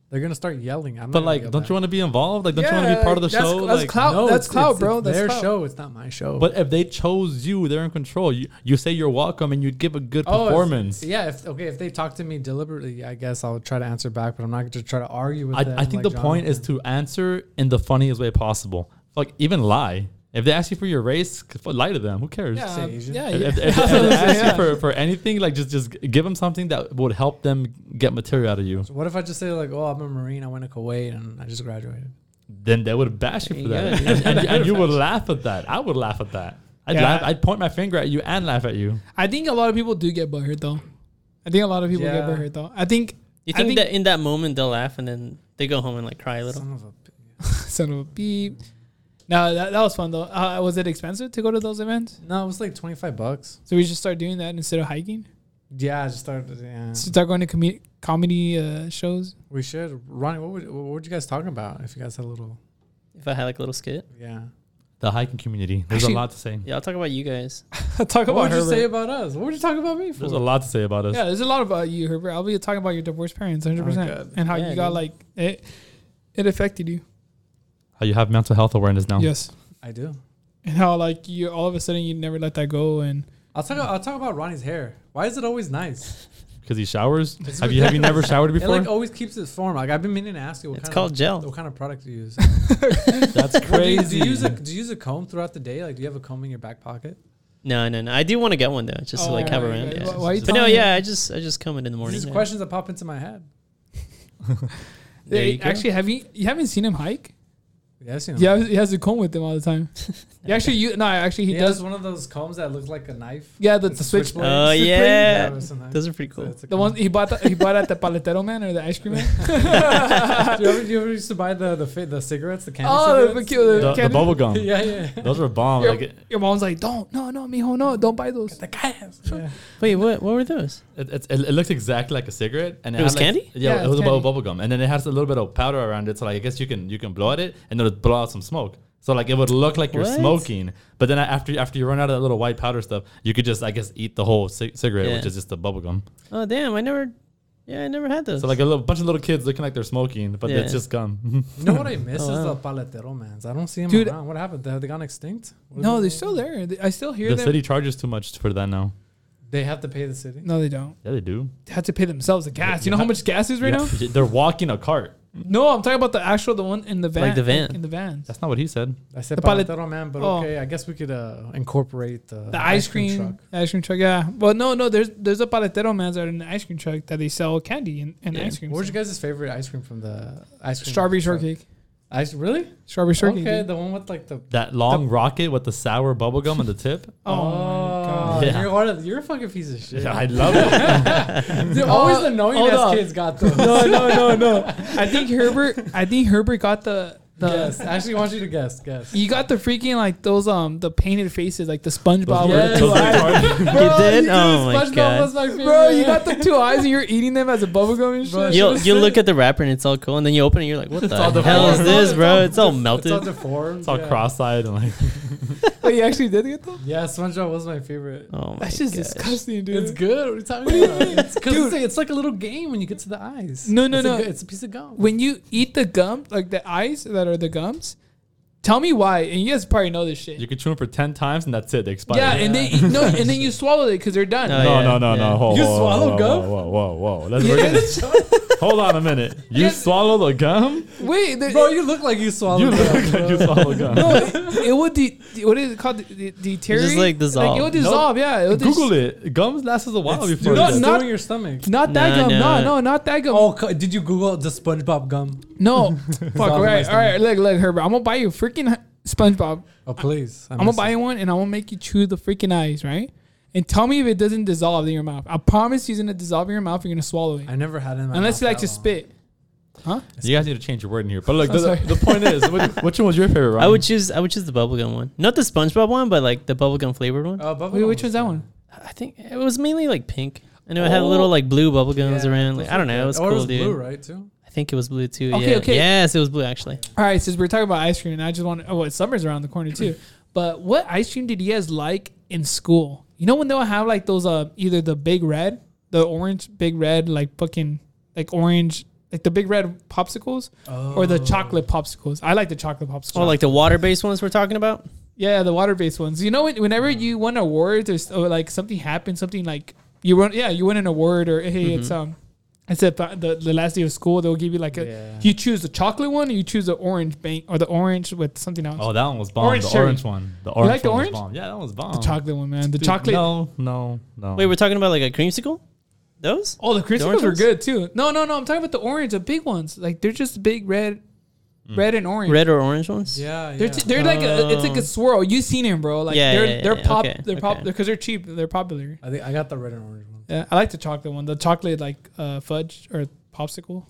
[SPEAKER 1] They're gonna start yelling. I'm
[SPEAKER 3] But like, don't you want to be involved? Like, don't you want to be part of the
[SPEAKER 4] that's,
[SPEAKER 3] show?
[SPEAKER 4] That's
[SPEAKER 3] like,
[SPEAKER 4] clout. that's clout, bro. That's
[SPEAKER 1] their
[SPEAKER 4] clout.
[SPEAKER 1] show. It's not my show.
[SPEAKER 3] But if they chose you, they're in control. You you say you're welcome, and you give a good
[SPEAKER 1] Oh, if-
[SPEAKER 3] performance.
[SPEAKER 1] yeah. If, okay. If they talk to me deliberately, I guess I'll try to answer back. But I'm not going to try to argue with
[SPEAKER 3] I,
[SPEAKER 1] them.
[SPEAKER 3] I think
[SPEAKER 1] like
[SPEAKER 3] the point is
[SPEAKER 1] Jonathan.
[SPEAKER 3] to answer in the funniest way possible. Like even lie. If they ask you for your race, c- lie to them. Who cares?
[SPEAKER 4] Yeah,
[SPEAKER 1] Say
[SPEAKER 4] um,
[SPEAKER 1] Asian.
[SPEAKER 4] yeah,
[SPEAKER 3] If,
[SPEAKER 4] yeah.
[SPEAKER 3] if- if- if they ask you for, for anything, like just just give them something that would help them get material out of you.
[SPEAKER 1] What if I just say like, "Oh, I'm a Marine. I went to Kuwait and I just graduated."
[SPEAKER 3] Then they would bash you for
[SPEAKER 2] There you
[SPEAKER 3] that,
[SPEAKER 2] go.
[SPEAKER 3] and, and- and you would laugh at that. I would laugh at that. I'd
[SPEAKER 4] Yeah.
[SPEAKER 3] laugh. I'd point my finger at you and laugh at you.
[SPEAKER 4] I think a lot of people do get butthurt though. I think a lot of people
[SPEAKER 1] Yeah.
[SPEAKER 4] get butthurt though. I think
[SPEAKER 2] You
[SPEAKER 4] I
[SPEAKER 2] think,
[SPEAKER 4] think-
[SPEAKER 2] that in that moment they'll laugh and then they go home and like cry a little?
[SPEAKER 1] Son of a. b-
[SPEAKER 4] son of a beep. No, that, that was fun though. Uh, was it expensive to go to those events?
[SPEAKER 1] No, it was like 25 bucks.
[SPEAKER 4] So we should start doing that instead of hiking.
[SPEAKER 1] Yeah, I just started. Yeah,
[SPEAKER 4] Start going to com- comedy uh, shows.
[SPEAKER 1] we should. Ronnie, what would what would you guys talking about if you guys had a little?
[SPEAKER 2] If I had like a little skit,
[SPEAKER 1] Yeah.
[SPEAKER 3] The hiking community. There's
[SPEAKER 4] Actually-
[SPEAKER 3] a lot to say.
[SPEAKER 2] yeah, I'll talk about you guys.
[SPEAKER 4] Talk
[SPEAKER 1] What
[SPEAKER 4] about
[SPEAKER 1] would you
[SPEAKER 4] Herbert.
[SPEAKER 1] say about us? What would you talk about me for?
[SPEAKER 3] There's a lot to say about us.
[SPEAKER 4] yeah, there's a lot about you, Herbert. I'll be talking about your divorced parents, 100, percent
[SPEAKER 1] God.
[SPEAKER 4] and how
[SPEAKER 2] Yeah,
[SPEAKER 4] you got
[SPEAKER 2] dude.
[SPEAKER 4] like it. It affected you.
[SPEAKER 3] How you have mental health awareness now.
[SPEAKER 4] Yes,
[SPEAKER 1] I do.
[SPEAKER 4] and how like you all of a sudden you never let that go, and
[SPEAKER 1] I'll talk. I'll talk about Ronnie's hair. Why is it always nice?
[SPEAKER 3] because he showers? have you have you never showered
[SPEAKER 1] It
[SPEAKER 3] before?
[SPEAKER 1] like always keeps its form. Like I've been meaning to ask you what
[SPEAKER 2] It's
[SPEAKER 1] kind
[SPEAKER 2] called
[SPEAKER 1] of,
[SPEAKER 2] gel.
[SPEAKER 1] What kind of product do you use? Do
[SPEAKER 3] That's
[SPEAKER 1] you,
[SPEAKER 3] crazy.
[SPEAKER 1] do you use a do you use a comb throughout the day? Like do you have a comb in your back pocket?
[SPEAKER 2] No, no, no. I do want to get one though, just to like
[SPEAKER 4] Oh,
[SPEAKER 2] have
[SPEAKER 4] yeah,
[SPEAKER 2] around.
[SPEAKER 4] yeah.
[SPEAKER 2] Yeah.
[SPEAKER 4] Why- why are you
[SPEAKER 2] but no,
[SPEAKER 4] telling me?
[SPEAKER 2] yeah, I just I just come in in the morning.
[SPEAKER 1] These are
[SPEAKER 2] yeah.
[SPEAKER 1] questions that pop into my head.
[SPEAKER 2] There
[SPEAKER 4] Hey,
[SPEAKER 2] you go.
[SPEAKER 4] actually, have you you haven't seen him hike?
[SPEAKER 1] Yeah, I've seen 'em.
[SPEAKER 4] Yeah, he has a comb with him all the time. He actually, you no, actually he
[SPEAKER 1] He
[SPEAKER 4] does.
[SPEAKER 1] has one of those combs that looks like a knife.
[SPEAKER 4] Yeah, the,
[SPEAKER 1] It's
[SPEAKER 4] the
[SPEAKER 1] a
[SPEAKER 4] switch.
[SPEAKER 1] switchblade.
[SPEAKER 2] Oh
[SPEAKER 4] Switchblade?
[SPEAKER 2] yeah,
[SPEAKER 1] it's a knife.
[SPEAKER 2] those are pretty cool.
[SPEAKER 1] It's a
[SPEAKER 4] The
[SPEAKER 1] comb.
[SPEAKER 4] one he bought, the, he bought at the paletero man or the ice cream man.
[SPEAKER 1] do, you ever, do you ever used to buy the the, fi- the cigarettes, the candy
[SPEAKER 4] Oh, the-
[SPEAKER 1] cigarettes?
[SPEAKER 4] the- the-
[SPEAKER 3] the, the
[SPEAKER 4] Can-
[SPEAKER 3] bubble gum.
[SPEAKER 1] yeah, yeah.
[SPEAKER 3] Those were bomb.
[SPEAKER 4] Your,
[SPEAKER 3] Oh, Like it,
[SPEAKER 4] your mom's like, don't, no, no, mijo, no, don't buy those.
[SPEAKER 1] The gas. Yeah.
[SPEAKER 2] Wait, what? What were those?
[SPEAKER 3] it, it's- it, it looks exactly like a cigarette, and
[SPEAKER 2] It was
[SPEAKER 3] had, like-
[SPEAKER 2] candy?
[SPEAKER 4] Yeah,
[SPEAKER 3] Yeah,
[SPEAKER 4] it
[SPEAKER 3] it
[SPEAKER 4] was
[SPEAKER 3] was a bubble,
[SPEAKER 4] candy.
[SPEAKER 3] bubble gum, and then it has a little bit of powder around it. So like, I guess you can you can blow at it, and it'll blow out some smoke. So like, it would look like you're
[SPEAKER 2] What?
[SPEAKER 3] smoking, but then after after you run out of that little white powder stuff, you could just I guess eat the whole c- cigarette,
[SPEAKER 2] Yeah.
[SPEAKER 3] which is just the bubble gum.
[SPEAKER 2] Oh damn, I never. Yeah, I never had those.
[SPEAKER 3] So like a little bunch of little kids looking like they're smoking, but
[SPEAKER 2] Yeah.
[SPEAKER 3] it's just gum.
[SPEAKER 1] You know what I miss
[SPEAKER 2] Oh,
[SPEAKER 1] is
[SPEAKER 2] wow.
[SPEAKER 1] the paletero mans. I don't see them
[SPEAKER 4] Dude.
[SPEAKER 1] around. What happened? They, they gone extinct? What
[SPEAKER 4] No,
[SPEAKER 1] is
[SPEAKER 4] they're
[SPEAKER 1] it?
[SPEAKER 4] still there. They- I still hear
[SPEAKER 3] the
[SPEAKER 4] them.
[SPEAKER 3] city charges too much for that now.
[SPEAKER 1] They have to pay the city.
[SPEAKER 4] No, they don't.
[SPEAKER 3] Yeah, they do.
[SPEAKER 4] They have to pay themselves the gas. You know how much gas is right
[SPEAKER 3] Yeah.
[SPEAKER 4] now?
[SPEAKER 3] They're walking a cart.
[SPEAKER 4] No, I'm talking about the actual the one in the van.
[SPEAKER 2] Like the van.
[SPEAKER 4] In the van.
[SPEAKER 3] That's not what he said.
[SPEAKER 1] I said
[SPEAKER 4] The palet-
[SPEAKER 1] paletero man, but
[SPEAKER 4] Oh.
[SPEAKER 1] okay, I guess we could uh, incorporate the,
[SPEAKER 4] The ice cream,
[SPEAKER 1] truck.
[SPEAKER 4] ice cream truck. Yeah. Well, no, no. There's there's a paletero man's out in the ice cream truck that they sell candy and, and
[SPEAKER 2] Yeah.
[SPEAKER 4] ice cream.
[SPEAKER 1] What was your guys' favorite ice cream from the ice cream?
[SPEAKER 4] Strawberry
[SPEAKER 1] truck?
[SPEAKER 4] shortcake.
[SPEAKER 1] Ice really?
[SPEAKER 4] Strawberry shortcake.
[SPEAKER 1] okay,
[SPEAKER 4] dude.
[SPEAKER 1] the one with like the.
[SPEAKER 3] That long rocket with the sour bubble gum on the tip.
[SPEAKER 4] Oh, my god.
[SPEAKER 1] Oh,
[SPEAKER 3] Yeah.
[SPEAKER 1] you're one of you're a fucking piece of shit.
[SPEAKER 3] I love it.
[SPEAKER 1] Dude, always the
[SPEAKER 4] hold
[SPEAKER 1] knowing ass
[SPEAKER 4] up.
[SPEAKER 1] kids got those.
[SPEAKER 4] No, no, no, no. I think Herbert. I think Herbert got the the.
[SPEAKER 1] Guess. I actually want you to guess. Guess.
[SPEAKER 4] You got the freaking like those um the painted faces like the SpongeBob.
[SPEAKER 1] Those
[SPEAKER 4] with the
[SPEAKER 1] little-
[SPEAKER 4] two
[SPEAKER 1] those
[SPEAKER 4] eyes.
[SPEAKER 1] little
[SPEAKER 2] you
[SPEAKER 4] Bro,
[SPEAKER 2] did?
[SPEAKER 4] you
[SPEAKER 2] Oh my
[SPEAKER 1] SpongeBob was
[SPEAKER 2] god.
[SPEAKER 1] my favorite.
[SPEAKER 4] Bro, you got the two eyes and you're eating them as a bubblegum and
[SPEAKER 1] Bro,
[SPEAKER 4] shit.
[SPEAKER 2] You you look at the wrapper and it's all cool, and then you open it, and you're like, what
[SPEAKER 3] all
[SPEAKER 2] the hell
[SPEAKER 3] deformed.
[SPEAKER 2] is this, bro? It's all
[SPEAKER 1] It's all
[SPEAKER 2] melted.
[SPEAKER 1] deformed.
[SPEAKER 3] It's all
[SPEAKER 1] yeah.
[SPEAKER 3] cross-eyed and like
[SPEAKER 4] Wait, you actually did get them?
[SPEAKER 1] Yeah, SpongeBob was my favorite.
[SPEAKER 2] Oh my
[SPEAKER 4] That's just
[SPEAKER 2] god.
[SPEAKER 4] disgusting, dude.
[SPEAKER 1] It's good. What are you talking about? It's, 'cause
[SPEAKER 4] Dude.
[SPEAKER 1] it's, like, it's like a little game when you get to the eyes.
[SPEAKER 4] No, no,
[SPEAKER 1] It's a
[SPEAKER 4] no.
[SPEAKER 1] gu- it's a piece of gum.
[SPEAKER 4] When you eat the gum, like the eyes that are the gums, tell me why. And you guys probably know this shit.
[SPEAKER 3] you could chew them for ten times and that's it. They expire.
[SPEAKER 4] yeah, and then no, and then you swallow it because they're done.
[SPEAKER 2] No,
[SPEAKER 3] No,
[SPEAKER 2] yeah,
[SPEAKER 3] no, no,
[SPEAKER 2] yeah.
[SPEAKER 3] no. Hold,
[SPEAKER 1] You
[SPEAKER 3] hold,
[SPEAKER 1] swallow
[SPEAKER 3] hold,
[SPEAKER 1] gum?
[SPEAKER 3] Whoa, whoa, whoa. whoa. Let's work it. Hold on a minute. You
[SPEAKER 4] Yeah.
[SPEAKER 3] swallow the gum?
[SPEAKER 4] Wait, the-
[SPEAKER 1] Bro, you look like you swallowed.
[SPEAKER 3] You
[SPEAKER 1] gum,
[SPEAKER 3] look like
[SPEAKER 1] bro.
[SPEAKER 3] you swallow gum.
[SPEAKER 4] no, it, it would de- de- what is it called? De- de- deteriorate.
[SPEAKER 2] like, dissolve.
[SPEAKER 4] it would dissolve. Yeah, it would dis-
[SPEAKER 3] Google it. Gums lasts us a while
[SPEAKER 1] It's
[SPEAKER 3] before.
[SPEAKER 1] doing-
[SPEAKER 4] No,
[SPEAKER 1] it's
[SPEAKER 3] that.
[SPEAKER 4] not-
[SPEAKER 1] doing your stomach.
[SPEAKER 4] Not that
[SPEAKER 2] Nah,
[SPEAKER 4] gum.
[SPEAKER 2] nah.
[SPEAKER 4] No, no, not that gum.
[SPEAKER 1] Oh, co- did you Google the SpongeBob gum?
[SPEAKER 4] No, fuck.
[SPEAKER 1] all
[SPEAKER 4] All
[SPEAKER 1] in my
[SPEAKER 4] right, all
[SPEAKER 1] stomach.
[SPEAKER 4] right. Look, look, Herbert. I'm gonna buy you a freaking SpongeBob.
[SPEAKER 1] Oh, please.
[SPEAKER 4] I'm gonna buy you one, and I'm gonna make you chew the freaking eyes, right? And tell me if it doesn't dissolve in your mouth. I promise you, it's gonna dissolve in your mouth. You're gonna swallow it,
[SPEAKER 1] I never had it. In my
[SPEAKER 4] unless
[SPEAKER 1] mouth
[SPEAKER 4] you like
[SPEAKER 1] that
[SPEAKER 4] to
[SPEAKER 1] long.
[SPEAKER 4] spit.
[SPEAKER 3] You guys need to change your word in here. But look,
[SPEAKER 4] I'm
[SPEAKER 3] the,
[SPEAKER 4] sorry.
[SPEAKER 3] the point is, what- which one was your favorite? Ryan?
[SPEAKER 2] I would choose I would choose the bubblegum one. Not the SpongeBob one, but like the bubblegum flavored one.
[SPEAKER 1] Oh, bubblegum
[SPEAKER 4] Wait, which
[SPEAKER 1] was
[SPEAKER 4] one's that
[SPEAKER 1] good.
[SPEAKER 4] one?
[SPEAKER 2] I think it was mainly like pink. I know it had
[SPEAKER 1] Oh.
[SPEAKER 2] little like blue bubblegums
[SPEAKER 1] Yeah,
[SPEAKER 2] around.
[SPEAKER 1] those
[SPEAKER 2] Like, I don't
[SPEAKER 1] were
[SPEAKER 2] know.
[SPEAKER 1] good.
[SPEAKER 2] It was
[SPEAKER 1] Oh,
[SPEAKER 2] cool,
[SPEAKER 1] was
[SPEAKER 2] dude.
[SPEAKER 1] blue, right? Too.
[SPEAKER 2] I think it was blue too.
[SPEAKER 4] Okay,
[SPEAKER 2] yeah.
[SPEAKER 4] okay.
[SPEAKER 2] Yes, it was blue actually.
[SPEAKER 4] All right, since we're talking about ice cream, and I just want oh, well, summer's around the corner too. but what ice cream did you guys like in school? You know when they would have like those uh either the big red, the orange big red, like fucking like orange, like the big red popsicles, or
[SPEAKER 1] Oh.
[SPEAKER 4] the chocolate popsicles. I like the chocolate popsicles.
[SPEAKER 2] Oh, like the water based ones we're talking about?
[SPEAKER 4] Yeah, the water based ones. You know, when, whenever you won awards or, s- or like something happened, something like you won, yeah, you win an award or hey, it's
[SPEAKER 2] Mm-hmm.
[SPEAKER 4] um, it's at the, the the last day of school. They'll give you like a
[SPEAKER 1] Yeah.
[SPEAKER 4] you choose the chocolate one or you choose the orange bank or the orange with something else.
[SPEAKER 3] Oh, that one was bomb.
[SPEAKER 4] Orange
[SPEAKER 3] the
[SPEAKER 4] cherry.
[SPEAKER 3] orange one. The orange
[SPEAKER 4] like the
[SPEAKER 3] one
[SPEAKER 4] orange?
[SPEAKER 3] was bomb. Yeah, that one was bomb.
[SPEAKER 4] the chocolate one, man. The
[SPEAKER 3] Dude,
[SPEAKER 4] chocolate.
[SPEAKER 3] No, no, no.
[SPEAKER 2] Wait, we're talking about like a creamsicle? Those?
[SPEAKER 4] Oh, the Christmas
[SPEAKER 2] orange
[SPEAKER 4] were
[SPEAKER 2] ones?
[SPEAKER 4] good too. No, no, no. I'm talking about the orange, the big ones. Like they're just big red, red and orange.
[SPEAKER 2] Mm. Red or orange ones?
[SPEAKER 1] Yeah, yeah.
[SPEAKER 4] They're, t- they're like a, it's like a
[SPEAKER 2] Oh.
[SPEAKER 4] swirl. You seen them, bro? Like
[SPEAKER 2] Yeah,
[SPEAKER 4] they're
[SPEAKER 2] yeah, yeah,
[SPEAKER 4] they're
[SPEAKER 2] yeah.
[SPEAKER 4] pop
[SPEAKER 2] Okay,
[SPEAKER 4] they're pop
[SPEAKER 2] okay.
[SPEAKER 4] because they're cheap. They're popular.
[SPEAKER 1] I think I got the red and orange one.
[SPEAKER 4] Yeah, I like the chocolate one, the chocolate like uh, fudge or popsicle.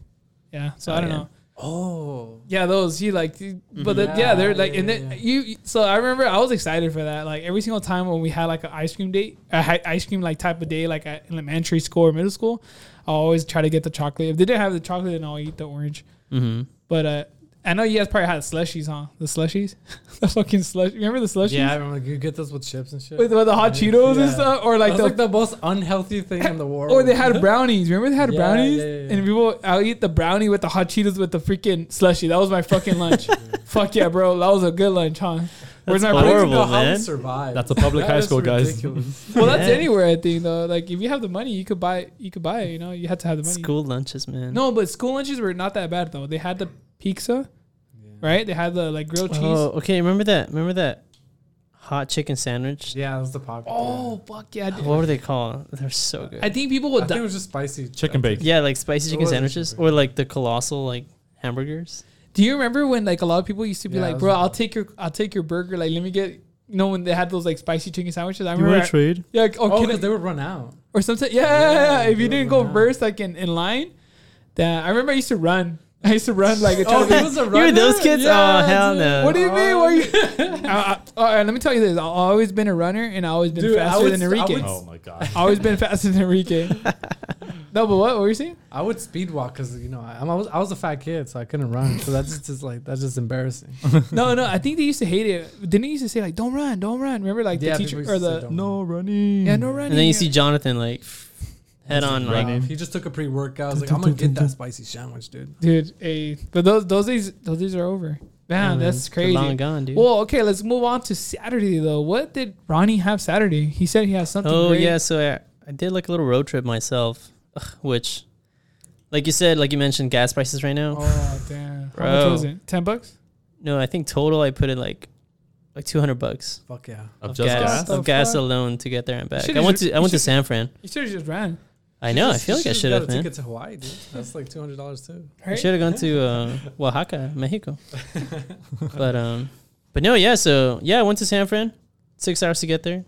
[SPEAKER 4] Yeah, so
[SPEAKER 2] Oh,
[SPEAKER 4] I don't
[SPEAKER 2] yeah.
[SPEAKER 4] know.
[SPEAKER 1] Oh,
[SPEAKER 4] Yeah, those you like, you- but the, yeah,
[SPEAKER 1] Yeah,
[SPEAKER 4] they're like,
[SPEAKER 1] Mm-hmm. yeah,
[SPEAKER 4] and
[SPEAKER 1] yeah.
[SPEAKER 4] then you. So I remember I was excited for that. Like every single time when we had like an ice cream date, a hi- ice cream like type of day, like at elementary school or middle school, I always try to get the chocolate. If they didn't have the chocolate, then I'll eat the orange.
[SPEAKER 2] Mm-hmm.
[SPEAKER 4] But uh, I know you guys probably had slushies, huh? The slushies, the fucking slush. Remember the slushies?
[SPEAKER 1] yeah. I remember like, you get those with chips and shit.
[SPEAKER 4] With, with the hot
[SPEAKER 1] Yeah.
[SPEAKER 4] Cheetos and
[SPEAKER 1] Yeah.
[SPEAKER 4] stuff, or like
[SPEAKER 1] That's
[SPEAKER 4] the
[SPEAKER 1] like the most unhealthy thing in the world.
[SPEAKER 4] Or they had brownies. Remember they had
[SPEAKER 1] Yeah,
[SPEAKER 4] brownies?
[SPEAKER 1] yeah, yeah, yeah.
[SPEAKER 4] And people, I'll eat the brownie with the hot Cheetos with the freaking slushy. That was my fucking lunch. Fuck yeah, bro. That was a good lunch, huh? Where's
[SPEAKER 2] That's
[SPEAKER 4] my
[SPEAKER 1] I don't even
[SPEAKER 2] horrible,
[SPEAKER 1] know how we
[SPEAKER 2] man.
[SPEAKER 1] survived.
[SPEAKER 3] That's a public
[SPEAKER 1] That
[SPEAKER 3] high
[SPEAKER 1] is
[SPEAKER 3] school, guys.
[SPEAKER 1] ridiculous.
[SPEAKER 4] Well, that's
[SPEAKER 2] Yeah.
[SPEAKER 4] anywhere I think though. Like if you have the money, you could buy. You could buy it. You know, you had to have the money.
[SPEAKER 2] School lunches, man.
[SPEAKER 4] No, but school lunches were not that bad though. They had the pizza, right? They had the like grilled cheese.
[SPEAKER 2] Oh,
[SPEAKER 4] Oh,
[SPEAKER 2] okay. Remember that? Remember that hot chicken sandwich?
[SPEAKER 1] Yeah, that was the popular.
[SPEAKER 4] Oh, fuck yeah!
[SPEAKER 2] What were they called? They're so good.
[SPEAKER 4] I think people
[SPEAKER 1] I
[SPEAKER 4] will.
[SPEAKER 1] think it
[SPEAKER 4] Die.
[SPEAKER 1] was just spicy
[SPEAKER 3] Chicken
[SPEAKER 1] That's it.
[SPEAKER 3] bacon.
[SPEAKER 2] yeah, like spicy chicken
[SPEAKER 1] was a
[SPEAKER 2] sandwiches
[SPEAKER 1] super-
[SPEAKER 2] or like the colossal like hamburgers.
[SPEAKER 4] Do you remember when like a lot of people used to be
[SPEAKER 1] Yeah, it
[SPEAKER 4] like,
[SPEAKER 1] was-
[SPEAKER 4] "Bro, I'll take your, I'll take your burger. Like, let me get." You know when they had those like spicy chicken sandwiches? I remember. I-
[SPEAKER 2] trade?
[SPEAKER 4] yeah, like, oh,
[SPEAKER 1] Oh,
[SPEAKER 4] can I-
[SPEAKER 1] because they would run out.
[SPEAKER 4] or something. Yeah, yeah, yeah.
[SPEAKER 1] Yeah,
[SPEAKER 4] if you
[SPEAKER 1] they
[SPEAKER 4] didn't
[SPEAKER 1] would
[SPEAKER 4] go
[SPEAKER 1] run out.
[SPEAKER 4] first, like in, in line, then I remember I used to run. I used to run like a child.
[SPEAKER 1] he was a
[SPEAKER 2] You were those
[SPEAKER 1] runner?
[SPEAKER 2] kids?
[SPEAKER 4] Yeah,
[SPEAKER 2] oh hell
[SPEAKER 4] dude.
[SPEAKER 2] no!
[SPEAKER 4] What do you mean?
[SPEAKER 1] Oh.
[SPEAKER 4] Why you? I, I, all right, let me tell you this. I've always been a runner, and I've always been
[SPEAKER 1] Dude, I
[SPEAKER 4] faster
[SPEAKER 1] would-
[SPEAKER 4] than
[SPEAKER 1] I
[SPEAKER 4] Enrique.
[SPEAKER 1] would-
[SPEAKER 4] I've
[SPEAKER 3] Oh my god.
[SPEAKER 4] always been faster than Enrique. no, but what? What were you saying?
[SPEAKER 1] I would speed walk because you know I, I'm- I was I was a fat kid, so I couldn't run. So that's just, just like that's just embarrassing.
[SPEAKER 4] No, no. I think they used to hate it. Didn't they used to say like, "Don't run, don't run"? Remember, like
[SPEAKER 1] Yeah,
[SPEAKER 4] the teacher
[SPEAKER 1] people used
[SPEAKER 4] or
[SPEAKER 1] to say,
[SPEAKER 4] the
[SPEAKER 1] "Don't
[SPEAKER 2] Um,
[SPEAKER 1] run."
[SPEAKER 3] running.
[SPEAKER 4] yeah, no running.
[SPEAKER 2] And then you see Jonathan like oh, head on
[SPEAKER 1] Wow.
[SPEAKER 2] like.
[SPEAKER 3] Running.
[SPEAKER 1] He just took a pre-workout. I was like, I'm gonna get that spicy sandwich, dude.
[SPEAKER 4] dude. Hey, but those those days those days are over. Man,
[SPEAKER 1] man.
[SPEAKER 4] that's
[SPEAKER 2] they're
[SPEAKER 4] crazy.
[SPEAKER 2] Oh, Long gone, dude.
[SPEAKER 4] Well, okay, let's move on to Saturday though. What did Ronnie have Saturday? He said he has something.
[SPEAKER 2] Oh
[SPEAKER 4] great.
[SPEAKER 2] yeah, so I, I did like a little road trip myself, ugh, which, like you said, like you mentioned, gas prices right now.
[SPEAKER 4] Oh damn. How much
[SPEAKER 2] Bro.
[SPEAKER 4] was it? Ten bucks.
[SPEAKER 2] No, I think total I put in like like two hundred bucks
[SPEAKER 1] Fuck yeah.
[SPEAKER 3] Of
[SPEAKER 2] of
[SPEAKER 3] just
[SPEAKER 2] gas,
[SPEAKER 3] gas.
[SPEAKER 4] What the
[SPEAKER 2] of gas
[SPEAKER 4] fuck?
[SPEAKER 2] alone to get there and back.
[SPEAKER 4] should've
[SPEAKER 2] I went
[SPEAKER 4] ju-
[SPEAKER 2] to I
[SPEAKER 4] you
[SPEAKER 2] went to
[SPEAKER 4] should've-
[SPEAKER 2] San Fran.
[SPEAKER 4] You should have just ran.
[SPEAKER 2] I know. I
[SPEAKER 1] Just-
[SPEAKER 2] feel
[SPEAKER 1] just
[SPEAKER 2] like I should
[SPEAKER 1] got
[SPEAKER 2] have,
[SPEAKER 1] a
[SPEAKER 2] man.
[SPEAKER 1] ticket to Hawaii, dude. That's like two hundred dollars too.
[SPEAKER 2] I
[SPEAKER 4] Right?
[SPEAKER 2] should have gone to uh, Oaxaca, Mexico. but um, but no, yeah. So yeah, I went to San Fran. Six hours to get there.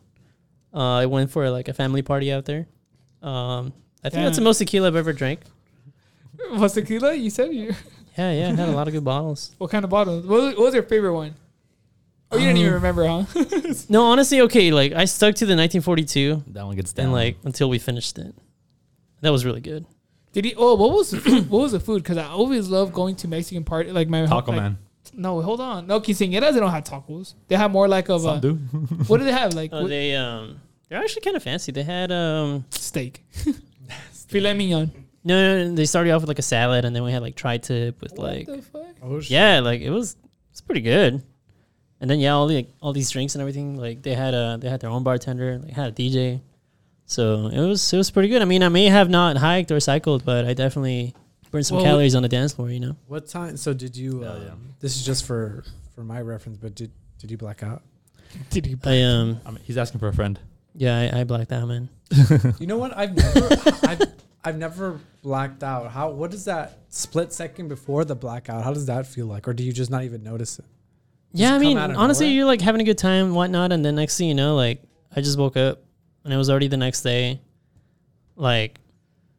[SPEAKER 2] Uh, I went for like a family party out there. Um, I think that's the
[SPEAKER 4] Damn.
[SPEAKER 2] most tequila I've ever drank.
[SPEAKER 4] Was tequila? You said you.
[SPEAKER 2] Yeah, yeah. I had a lot of good bottles.
[SPEAKER 4] What kind of bottle? What was, what was your favorite one? Oh, you didn't even
[SPEAKER 2] Um,
[SPEAKER 4] remember, huh?
[SPEAKER 2] No, honestly, okay. Like I stuck to the 1942
[SPEAKER 3] That one gets down.
[SPEAKER 2] and like until we finished it. That was really good.
[SPEAKER 4] Did he? Oh, what was the food? what was the food? Because I always love going to Mexican party. Like my
[SPEAKER 3] Taco
[SPEAKER 4] like-
[SPEAKER 3] Man.
[SPEAKER 4] No, hold on. No, quinceañeras they don't have tacos. They have more like of
[SPEAKER 3] Some
[SPEAKER 4] a.
[SPEAKER 3] do.
[SPEAKER 4] What do they have? Like
[SPEAKER 2] Oh,
[SPEAKER 4] what-
[SPEAKER 2] they um, they're actually kind of fancy. They had um,
[SPEAKER 4] steak, filet mignon.
[SPEAKER 2] no, no, no, they started off with like a salad, and then we had like tri-tip with like
[SPEAKER 4] what the fuck?
[SPEAKER 1] Oh shit.
[SPEAKER 2] yeah, like it was it's pretty good. And then yeah, all the like, all these drinks and everything. Like they had a they had their own bartender, like had a DJ. So it was it was pretty good. I mean, I may have not hiked or cycled, but I definitely burned some
[SPEAKER 4] Well,
[SPEAKER 2] calories on the dance floor. You know,
[SPEAKER 1] What time? So did you?
[SPEAKER 3] Hell
[SPEAKER 1] um,
[SPEAKER 3] yeah.
[SPEAKER 1] This is just for for my reference, but did did you black out?
[SPEAKER 4] Did he?
[SPEAKER 2] I um
[SPEAKER 3] I mean, he's asking for a friend.
[SPEAKER 2] yeah I, I blacked out, man.
[SPEAKER 1] You know what? I've never I've, I've never blacked out. How? What is that split second before the blackout? How does that feel like? Or do you just not even notice it?
[SPEAKER 2] Yeah, I
[SPEAKER 1] come
[SPEAKER 2] mean,
[SPEAKER 1] out of
[SPEAKER 2] honestly,
[SPEAKER 1] nowhere?
[SPEAKER 2] you're like having a good time, whatnot, and then next thing you know, like I just woke up and it was already the next day. Like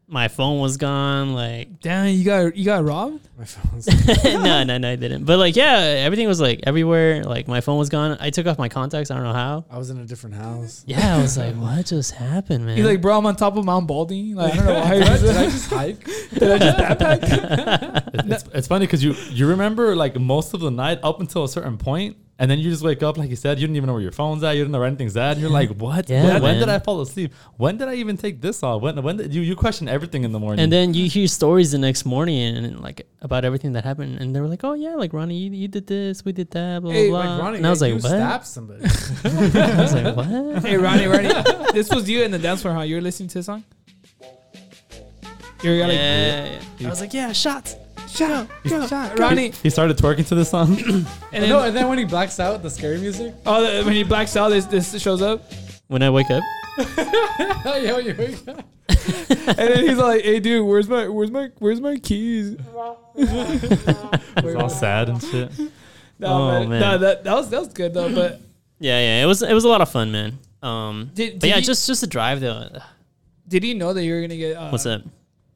[SPEAKER 2] my phone was gone. Like
[SPEAKER 4] Damn, you got you got robbed.
[SPEAKER 1] My phone's.
[SPEAKER 2] no, no, no, I didn't. But like, yeah, everything was like everywhere. Like my phone was gone. I took off my contacts. I don't know how.
[SPEAKER 1] I was in a different house.
[SPEAKER 2] Yeah, I was like, what just happened, man?
[SPEAKER 4] He's like, bro, I'm on top of Mount Baldy. Like I don't know why.
[SPEAKER 1] Did I, did I just hike?
[SPEAKER 4] Did I just backpack?
[SPEAKER 3] It's, it's funny because you you remember like most of the night up until a certain point, and then you just wake up like you said. You didn't even know where your phone's at. You didn't know where anything's at. You're like, what?
[SPEAKER 2] Yeah,
[SPEAKER 3] when, when did
[SPEAKER 2] man.
[SPEAKER 3] I fall asleep? When did I even take this off? When when did you you question everything in the morning?
[SPEAKER 2] and then you hear stories the next morning and, like about everything that happened, and they were like, oh yeah, like Ronnie, you, you did this, we did that, blah
[SPEAKER 1] Hey,
[SPEAKER 2] blah.
[SPEAKER 1] like Ronnie,
[SPEAKER 2] Uh, and I was
[SPEAKER 1] you
[SPEAKER 2] like, what?
[SPEAKER 1] stabbed somebody.
[SPEAKER 2] I was like, what?
[SPEAKER 4] hey, Ronnie, Ronnie, this was you in the dance floor, huh? You were listening to this song. You were like,
[SPEAKER 2] Yeah, I was like, yeah, shots.
[SPEAKER 4] shot, shot, shot,
[SPEAKER 3] He-
[SPEAKER 4] Ronnie.
[SPEAKER 3] he, started twerking to this song.
[SPEAKER 4] And then,
[SPEAKER 1] no, and then when he blacks out, the scary music.
[SPEAKER 4] oh, the- when he blacks out, this this shows up,
[SPEAKER 2] When I wake up,
[SPEAKER 1] Oh, yo, yo, yo.
[SPEAKER 4] and then he's like, "Hey, dude, where's my where's my where's my keys?"
[SPEAKER 3] it's all sad and shit.
[SPEAKER 4] No,
[SPEAKER 2] Oh,
[SPEAKER 4] man.
[SPEAKER 2] man.
[SPEAKER 4] no, that that was that was good though. But
[SPEAKER 2] yeah, yeah, it was it was a lot of fun, man. Um,
[SPEAKER 4] Did-
[SPEAKER 2] but
[SPEAKER 4] did
[SPEAKER 2] yeah,
[SPEAKER 4] you-
[SPEAKER 2] just just a drive though.
[SPEAKER 4] did he know that you were gonna get uh,
[SPEAKER 2] What's up?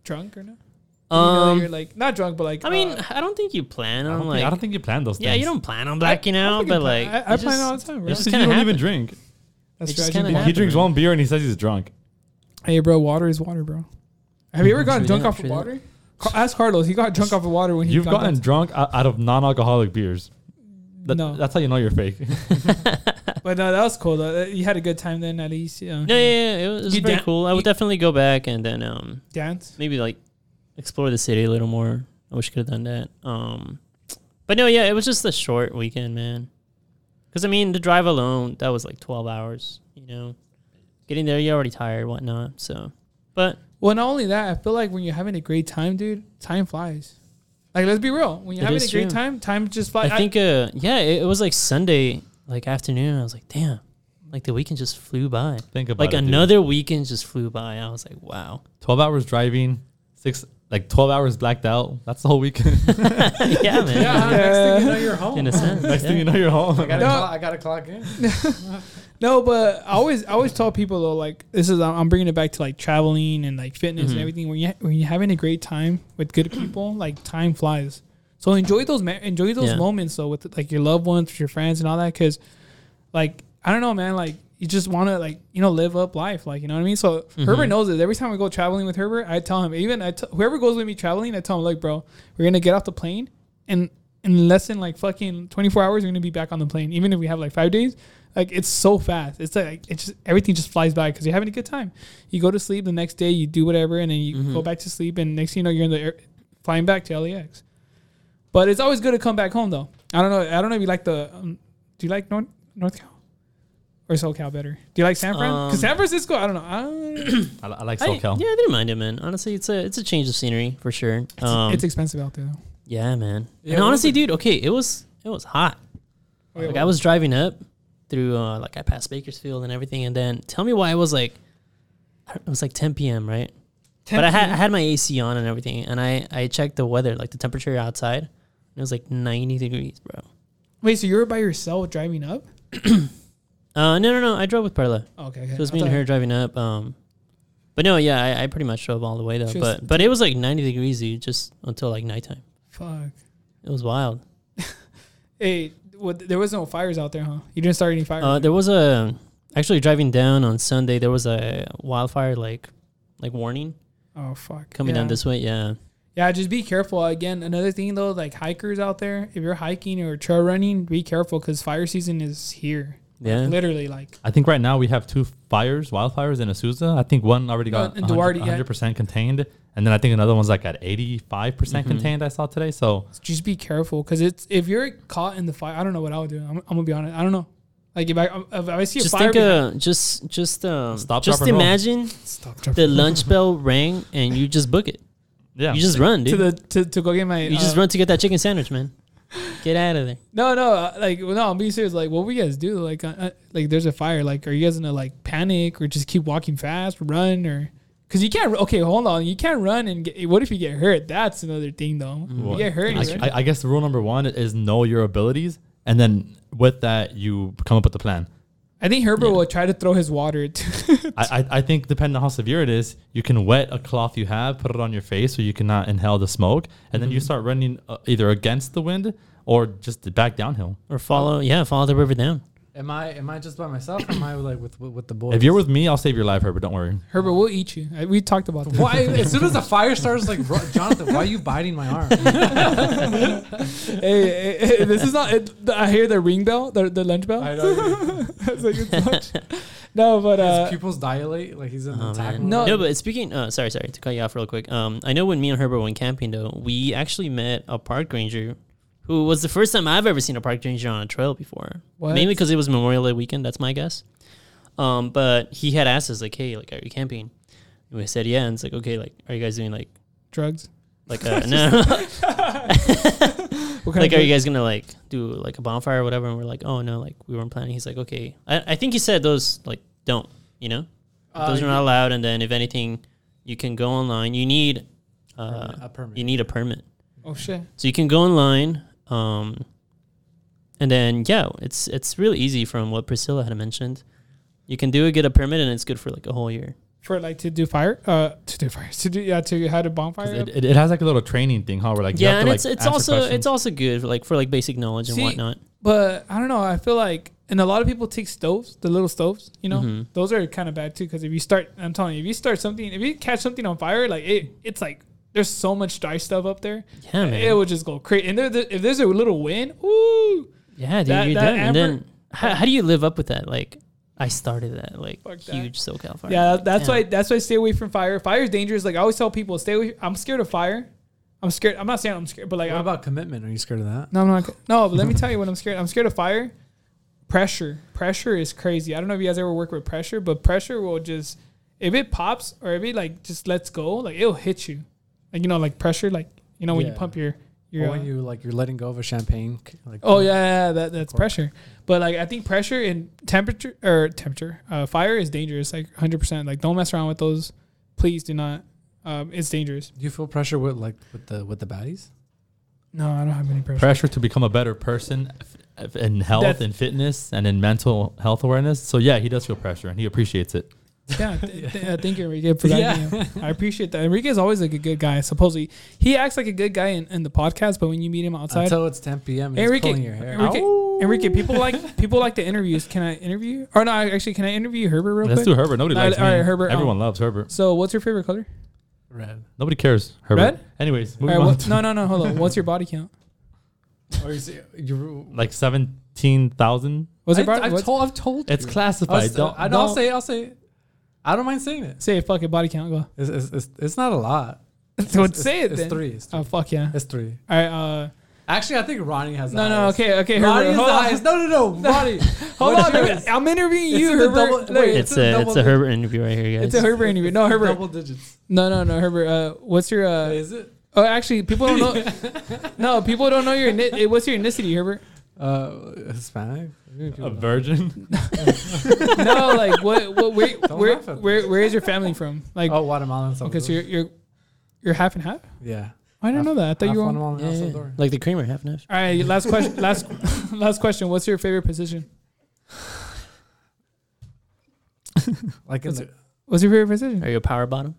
[SPEAKER 4] drunk or not? Did he know that
[SPEAKER 2] Um,
[SPEAKER 4] you're like not drunk, but like
[SPEAKER 2] I mean,
[SPEAKER 4] uh,
[SPEAKER 2] I don't think you plan
[SPEAKER 3] I
[SPEAKER 2] on
[SPEAKER 3] don't,
[SPEAKER 2] like.
[SPEAKER 3] think, I don't think you planned those.
[SPEAKER 2] yeah,
[SPEAKER 3] things.
[SPEAKER 2] you don't plan
[SPEAKER 4] I-
[SPEAKER 2] on
[SPEAKER 4] I
[SPEAKER 2] blacking out,
[SPEAKER 4] fucking
[SPEAKER 2] but
[SPEAKER 4] plan-
[SPEAKER 2] like,
[SPEAKER 4] I, I
[SPEAKER 2] it
[SPEAKER 4] plan
[SPEAKER 2] just-
[SPEAKER 4] all the time. Bro.
[SPEAKER 2] it's
[SPEAKER 3] It's
[SPEAKER 2] just
[SPEAKER 3] because you
[SPEAKER 2] kinda
[SPEAKER 3] don't even
[SPEAKER 2] happened.
[SPEAKER 3] drink.
[SPEAKER 4] That's
[SPEAKER 2] it just
[SPEAKER 4] right, I
[SPEAKER 2] kinda
[SPEAKER 4] should be-
[SPEAKER 3] He
[SPEAKER 2] happened,
[SPEAKER 3] drinks
[SPEAKER 2] man.
[SPEAKER 3] one beer and he says he's drunk.
[SPEAKER 4] Hey, bro, water is water, bro. Have you ever gotten
[SPEAKER 2] True
[SPEAKER 4] drunk
[SPEAKER 2] that,
[SPEAKER 4] off of
[SPEAKER 2] true that.
[SPEAKER 4] water? Ca- Ask Carlos. He got drunk off of water when he
[SPEAKER 3] You've
[SPEAKER 4] found
[SPEAKER 3] gotten
[SPEAKER 4] out-
[SPEAKER 3] drunk out, out of non-alcoholic beers. That-
[SPEAKER 4] No.
[SPEAKER 3] that's how you know you're fake.
[SPEAKER 4] but no, that was cool. Though. Uh, You had a good time then, at least. Yeah.
[SPEAKER 2] No, yeah, yeah, it was, it was
[SPEAKER 4] You
[SPEAKER 2] very
[SPEAKER 4] dan-
[SPEAKER 2] cool. I would
[SPEAKER 4] you-
[SPEAKER 2] definitely go back and then um
[SPEAKER 4] Dance.
[SPEAKER 2] maybe like explore the city a little more. I wish I could have done that. Um, but no, yeah, it was just a short weekend, man. Because I mean, the drive alone that was like twelve hours. You know, getting there, you're already tired, whatnot. So, but
[SPEAKER 4] Well, not only that, I feel like when you're having a great time, dude, time flies. Like, let's be real. When you're
[SPEAKER 2] It
[SPEAKER 4] having
[SPEAKER 2] is
[SPEAKER 4] a great
[SPEAKER 2] true.
[SPEAKER 4] time, time just
[SPEAKER 2] I,
[SPEAKER 4] flies.
[SPEAKER 2] think, uh, yeah, it, it was like Sunday, like afternoon. I was like, damn, like the weekend just flew by.
[SPEAKER 3] Think about
[SPEAKER 2] Like
[SPEAKER 3] it, dude.
[SPEAKER 2] another weekend just flew by. I was like, wow.
[SPEAKER 3] 12 hours driving, six like 12 hours blacked out. That's the whole weekend.
[SPEAKER 2] yeah, man.
[SPEAKER 1] Yeah, next thing you know, you're home.
[SPEAKER 2] In a sense.
[SPEAKER 3] Next thing
[SPEAKER 2] yeah.
[SPEAKER 3] you know, you're home.
[SPEAKER 1] I gotta,
[SPEAKER 4] No.
[SPEAKER 1] clock, I gotta clock in.
[SPEAKER 4] No, but I always I always tell people though like this is I'm bringing it back to like traveling and like fitness
[SPEAKER 2] Mhm.
[SPEAKER 4] and everything when you when you're having a great time with good people like time flies. So enjoy those me- enjoy those
[SPEAKER 2] Yeah.
[SPEAKER 4] moments though with like your loved ones, with your friends and all that cuz like I don't know man like you just want to like you know live up life like you know what I mean. So Herbert knows this. Every time I go traveling with Herbert, I tell him even I t- whoever goes with me traveling, I tell him like bro, we're going to get off the plane and in less than like fucking 24 hours, we're gonna be back on the plane. Even if we have like five days, like it's so fast. It's like it's just everything just flies by because you're having a good time. You go to sleep the next day, you do whatever, and then you
[SPEAKER 2] Mhm.
[SPEAKER 4] go back to sleep, and next thing you know, you're in the air, flying back to LAX. But it's always good to come back home though. I don't know. I don't know if you like the. Um, do you like North North Cal or SoCal better? Do you like San Fran? Because
[SPEAKER 2] Um,
[SPEAKER 4] San Francisco, I don't know. I don't,
[SPEAKER 3] I, I like
[SPEAKER 2] I-
[SPEAKER 3] SoCal.
[SPEAKER 2] yeah, I didn't mind it, man. Honestly, it's a it's a change of scenery for sure. Um,
[SPEAKER 4] it's expensive out there though.
[SPEAKER 2] yeah, man.
[SPEAKER 1] Yeah,
[SPEAKER 2] and
[SPEAKER 1] what was
[SPEAKER 2] honestly,
[SPEAKER 1] it?
[SPEAKER 2] dude, okay, it was it was hot.
[SPEAKER 4] Okay,
[SPEAKER 2] like
[SPEAKER 4] well,
[SPEAKER 2] I was driving up through uh, like I passed Bakersfield and everything, and then tell me why I was like, I don't- it was like 10 p.m. right? but I had I had my AC on and everything, and I I checked the weather, like the temperature outside, and it was like 90 degrees, bro.
[SPEAKER 4] Wait, so you were by yourself driving up?
[SPEAKER 2] Uh, no, no, no, I drove with Perla.
[SPEAKER 4] Okay, okay.
[SPEAKER 2] So it was
[SPEAKER 4] I
[SPEAKER 2] me and
[SPEAKER 4] thought-
[SPEAKER 2] her driving up. Um, but no, yeah, I, I pretty much drove all the way though.
[SPEAKER 4] She was-
[SPEAKER 2] But but it was like 90 degrees, dude, just until like nighttime.
[SPEAKER 4] Fuck.
[SPEAKER 2] It was wild.
[SPEAKER 4] Hey, well, there was no fires out there, huh? You didn't start any fires.
[SPEAKER 2] Uh, there was a actually driving down on Sunday. There was a wildfire like like warning
[SPEAKER 4] oh fuck.
[SPEAKER 2] coming
[SPEAKER 4] yeah.
[SPEAKER 2] down this way. Yeah.
[SPEAKER 4] Yeah, just be careful. Again, another thing though, like hikers out there, if you're hiking or trail running, be careful because fire season is here.
[SPEAKER 2] Yeah.
[SPEAKER 4] Literally, like
[SPEAKER 3] I think right now we have two fires, wildfires in Azusa. I think one already
[SPEAKER 4] No,
[SPEAKER 3] got
[SPEAKER 4] in Duarte,
[SPEAKER 3] 100,
[SPEAKER 4] yeah.
[SPEAKER 3] 100% contained. And then I think another one's like at 85% percent
[SPEAKER 2] Mhm.
[SPEAKER 3] contained, I saw today. So
[SPEAKER 4] just be careful because it's if you're caught in the fire, I don't know what I would do. I'm, I'm gonna be honest. I don't know. Like if I if I see a
[SPEAKER 2] just
[SPEAKER 4] fire,
[SPEAKER 2] think uh just just um
[SPEAKER 3] Stop,
[SPEAKER 2] just
[SPEAKER 3] drop, and roll.
[SPEAKER 2] imagine
[SPEAKER 4] stop
[SPEAKER 2] the lunch bell rang and you just book it.
[SPEAKER 3] yeah.
[SPEAKER 2] You just run,
[SPEAKER 4] to
[SPEAKER 2] dude.
[SPEAKER 4] the to, to go get my.
[SPEAKER 2] you just
[SPEAKER 4] uh,
[SPEAKER 2] run to get that chicken sandwich, man. Get out of there.
[SPEAKER 4] No, no, uh, like well, no. I'm being serious. Like, what we guys do? Like, uh, uh, like there's a fire. Like, are you guys gonna like panic or just keep walking fast, run, or? Because you can't. Okay, hold on. You can't run and get. What if you get hurt? That's another thing, though.
[SPEAKER 3] Well,
[SPEAKER 4] You get hurt.
[SPEAKER 3] I-
[SPEAKER 4] you're
[SPEAKER 3] I, I guess the rule number one is know your abilities. And then with that, you come up with a plan.
[SPEAKER 4] I think Herbert will try to throw his water. To
[SPEAKER 3] I, I, I think depending on how severe it is, you can wet a cloth you have, put it on your face so you cannot inhale the smoke, and
[SPEAKER 4] Mm-hmm.
[SPEAKER 3] then you start running uh, either against the wind or just back downhill.
[SPEAKER 2] Or follow yeah, follow the river down.
[SPEAKER 1] Am I am I just by myself? Or am I like with with, with the boys?
[SPEAKER 3] If you're with me, I'll save your life, Herbert. Don't worry.
[SPEAKER 4] Herbert will eat you. I- We talked about that.
[SPEAKER 1] why as soon as the fire starts, like bro, Jonathan, why are you biting my arm?
[SPEAKER 4] hey, hey, hey, this is not. It, the- I hear the ring bell, the, the lunch bell.
[SPEAKER 1] know
[SPEAKER 4] It's like, it's lunch. no, but
[SPEAKER 1] his
[SPEAKER 4] uh,
[SPEAKER 1] pupils dilate, like he's in
[SPEAKER 2] Oh,
[SPEAKER 1] attack
[SPEAKER 2] man.
[SPEAKER 1] mode.
[SPEAKER 4] No.
[SPEAKER 2] No, but speaking, uh, sorry, sorry to cut you off real quick. Um, I know when me and Herbert went camping though, we actually met a park ranger, who was the first time I've ever seen a park ranger on a trail before.
[SPEAKER 4] What?
[SPEAKER 2] Mainly because it was Memorial Day weekend. That's my guess. Um, but he had asked us like, "Hey, like, are you camping?" And we said, "Yeah." And it's like, "Okay, like, are you guys doing like,
[SPEAKER 4] drugs.
[SPEAKER 2] like, uh, no,
[SPEAKER 4] What kind
[SPEAKER 2] like,
[SPEAKER 4] of
[SPEAKER 2] are you
[SPEAKER 4] drugs?
[SPEAKER 2] guys gonna like do like a bonfire or whatever?" And we're like, "Oh no, like, we weren't planning." He's like, "Okay." I, I think he said those like don't, you know.
[SPEAKER 1] Uh,
[SPEAKER 2] those are not allowed. And then if anything, you can go online. You need uh,
[SPEAKER 1] Permit- a permit.
[SPEAKER 2] you need a permit,
[SPEAKER 4] Oh shit.
[SPEAKER 2] so you can go online. Um, and then yeah, it's it's really easy from what Priscilla had mentioned. You can do it, get a permit, and it's good for like a whole year.
[SPEAKER 4] For like to do fire, uh, to do fires, to do yeah, to how to
[SPEAKER 3] 'Cause
[SPEAKER 4] bonfire.
[SPEAKER 3] It, it, it has like a little training thing, how we're like, you have
[SPEAKER 2] yeah,
[SPEAKER 3] to,
[SPEAKER 2] and
[SPEAKER 3] like,
[SPEAKER 2] it's it's
[SPEAKER 3] answer
[SPEAKER 2] also
[SPEAKER 3] questions.
[SPEAKER 2] it's also good for like for like basic knowledge
[SPEAKER 4] See,
[SPEAKER 2] and whatnot.
[SPEAKER 4] But I don't know. I feel like, and a lot of people take stoves, the little stoves. You know,
[SPEAKER 2] Mhm.
[SPEAKER 4] those are kind of bad too. Because if you start, I'm telling you, if you start something, if you catch something on fire, like it, it's like there's so much dry stuff up there.
[SPEAKER 2] Yeah, man.
[SPEAKER 4] It would just go crazy. And there, there- if there's a little wind, ooh,
[SPEAKER 2] yeah, dude,
[SPEAKER 4] that-
[SPEAKER 2] you're
[SPEAKER 4] that
[SPEAKER 2] done. and
[SPEAKER 4] amber-
[SPEAKER 2] then how, how do you live up with that? Like, I started that like
[SPEAKER 4] Fuck that.
[SPEAKER 2] huge SoCal fire.
[SPEAKER 4] yeah. That's
[SPEAKER 2] damn.
[SPEAKER 4] why. That's why. Stay away from fire. Fire is dangerous. Like I always tell people, stay away. I'm scared of fire. I'm scared. I'm not saying I'm scared, but like
[SPEAKER 1] What
[SPEAKER 4] I'm,
[SPEAKER 1] about commitment? Are you scared of that?
[SPEAKER 4] No, I'm not. No, but let me tell you what I'm scared. I'm scared of fire, pressure. Pressure is crazy. I don't know if you guys ever work with pressure, but pressure will just if it pops or if it like just lets go, like it'll hit you. Like you know, like pressure, like you know when you
[SPEAKER 1] Yeah.
[SPEAKER 4] pump your
[SPEAKER 1] Or
[SPEAKER 4] your. uh,
[SPEAKER 1] when you like you're letting go of a champagne. c- Like
[SPEAKER 4] oh yeah, yeah, yeah, that that's
[SPEAKER 1] Cork.
[SPEAKER 4] pressure. But like I think pressure and temperature or temperature, uh, fire is dangerous. Like hundred percent. Like don't mess around with those. Please do not. Um, it's dangerous.
[SPEAKER 1] Do you feel pressure with like with the with the baddies?
[SPEAKER 4] No, I don't have any pressure.
[SPEAKER 3] pressure to become a better person f- f- in health
[SPEAKER 4] That's-
[SPEAKER 3] and fitness and in mental health awareness. So yeah, he does feel pressure and he appreciates it.
[SPEAKER 4] yeah, th- th- uh, thank you, Enrique, for that. Yeah. I appreciate that. Enrique is always like a good guy. Supposedly, he acts like a good guy in, in the podcast, but when you meet him outside,
[SPEAKER 1] Until it's 10 p.m. And
[SPEAKER 4] Enrique,
[SPEAKER 1] he's pulling your hair.
[SPEAKER 4] Enrique, Enrique, people like people like the interviews. Can I interview? Or no, I- actually, can I interview Herbert real
[SPEAKER 3] Let's
[SPEAKER 4] quick?
[SPEAKER 3] do Herbert. Nobody
[SPEAKER 4] All
[SPEAKER 3] likes
[SPEAKER 4] right, all
[SPEAKER 3] me.
[SPEAKER 4] right, Herbert,
[SPEAKER 3] Everyone
[SPEAKER 4] um,
[SPEAKER 3] loves Herbert.
[SPEAKER 4] So, what's your favorite color?
[SPEAKER 1] Red.
[SPEAKER 3] Nobody cares. Herbert.
[SPEAKER 4] Red?
[SPEAKER 3] Anyways,
[SPEAKER 4] All
[SPEAKER 3] moving
[SPEAKER 4] right,
[SPEAKER 3] on.
[SPEAKER 4] what,
[SPEAKER 3] to-
[SPEAKER 4] no, no, no. Hold on. What's your body count?
[SPEAKER 1] Or is it, you,
[SPEAKER 3] Like seventeen thousand.
[SPEAKER 4] What's
[SPEAKER 1] I,
[SPEAKER 4] your body?
[SPEAKER 1] I've
[SPEAKER 4] What's,
[SPEAKER 1] told. I've told.
[SPEAKER 3] It's
[SPEAKER 1] you.
[SPEAKER 3] classified.
[SPEAKER 1] I'll,
[SPEAKER 2] uh,
[SPEAKER 1] s-
[SPEAKER 3] don't,
[SPEAKER 1] I- I'll
[SPEAKER 3] don't-
[SPEAKER 1] say. I'll say. I don't mind saying it.
[SPEAKER 4] say it. Fuck it. Body count. Go.
[SPEAKER 1] It's, it's, it's, it's not a lot.
[SPEAKER 4] So
[SPEAKER 1] it's,
[SPEAKER 4] say it
[SPEAKER 1] It's
[SPEAKER 4] then.
[SPEAKER 1] three. It's three.
[SPEAKER 4] Oh fuck yeah.
[SPEAKER 1] It's three.
[SPEAKER 4] All right. Uh,
[SPEAKER 1] Actually, I think Ronnie has.
[SPEAKER 4] no,
[SPEAKER 1] the
[SPEAKER 4] no.
[SPEAKER 1] highest.
[SPEAKER 4] Okay, okay.
[SPEAKER 1] Ronnie
[SPEAKER 4] Herbert,
[SPEAKER 1] is
[SPEAKER 4] hold
[SPEAKER 1] the
[SPEAKER 4] on.
[SPEAKER 1] highest. No, no, no. Ronnie.
[SPEAKER 4] Hold
[SPEAKER 1] What's
[SPEAKER 4] on. Herbert.
[SPEAKER 1] yours?
[SPEAKER 4] I'm interviewing you,
[SPEAKER 1] in the
[SPEAKER 4] Herbert.
[SPEAKER 1] double-
[SPEAKER 4] Look,
[SPEAKER 1] wait,
[SPEAKER 2] It's a it's a
[SPEAKER 1] double-
[SPEAKER 2] Herbert interview right here, guys.
[SPEAKER 4] It's a Herbert interview. No, Herbert.
[SPEAKER 1] Double digits.
[SPEAKER 4] No, no, no, Herbert. Uh, what's your uh?
[SPEAKER 1] Is it?
[SPEAKER 4] Oh, actually, people don't know. no, people don't know your. ni- eh, What's your ethnicity, Herbert?
[SPEAKER 1] Uh, Hispanic.
[SPEAKER 3] a virgin.
[SPEAKER 4] No, like what? What? Where?
[SPEAKER 1] Don't
[SPEAKER 4] Where?
[SPEAKER 1] laugh at me.
[SPEAKER 4] Where, where is your family from? Like,
[SPEAKER 1] Oh, Guatemalan.
[SPEAKER 4] okay, so
[SPEAKER 1] Salvador.
[SPEAKER 4] you're you're you're half and half.
[SPEAKER 1] yeah.
[SPEAKER 4] I
[SPEAKER 1] Half-
[SPEAKER 4] didn't know that. I thought
[SPEAKER 1] Half
[SPEAKER 4] you were. All
[SPEAKER 1] Guatemalan,
[SPEAKER 2] Yeah,
[SPEAKER 1] half
[SPEAKER 2] yeah.
[SPEAKER 1] Salvador.
[SPEAKER 2] Like the creamer, half and half.
[SPEAKER 4] right, last question. Last last question. What's your favorite position?
[SPEAKER 1] Like in
[SPEAKER 4] That's
[SPEAKER 1] the,
[SPEAKER 4] What's your favorite position?
[SPEAKER 2] Are you a power bottom?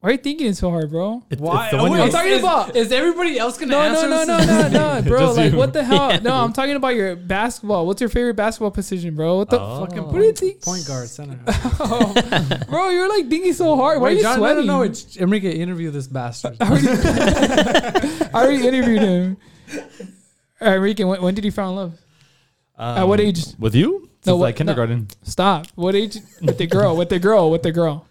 [SPEAKER 4] Why are you thinking so hard, bro?
[SPEAKER 3] It's,
[SPEAKER 1] Why?
[SPEAKER 3] It's the one
[SPEAKER 1] Wait,
[SPEAKER 3] you-
[SPEAKER 4] I'm talking
[SPEAKER 1] is-
[SPEAKER 4] about-
[SPEAKER 1] Is everybody else gonna
[SPEAKER 4] No, no,
[SPEAKER 1] answer?
[SPEAKER 4] no,
[SPEAKER 1] this?
[SPEAKER 4] no, no, no, bro.
[SPEAKER 3] Just
[SPEAKER 4] Like,
[SPEAKER 3] you.
[SPEAKER 4] what the hell? No, I'm talking about your basketball. What's your favorite basketball position, bro? What the
[SPEAKER 3] Oh.
[SPEAKER 1] Fucking
[SPEAKER 4] What do you think?
[SPEAKER 1] Point guard, center.
[SPEAKER 4] fuck? bro, you're like thinking so hard. Oh, Why
[SPEAKER 1] Wait,
[SPEAKER 4] are you
[SPEAKER 1] John, no,
[SPEAKER 4] sweating?
[SPEAKER 1] No, no, it's Enrique. Interview this bastard.
[SPEAKER 4] I already, I already interviewed him. All right, Rican, when, when did you fall in love?
[SPEAKER 3] Um,
[SPEAKER 4] At Uh, what age?
[SPEAKER 3] With you? Since
[SPEAKER 4] No, what-
[SPEAKER 3] like
[SPEAKER 4] no.
[SPEAKER 3] kindergarten.
[SPEAKER 4] Stop. What age? With the girl. With the girl. With the girl.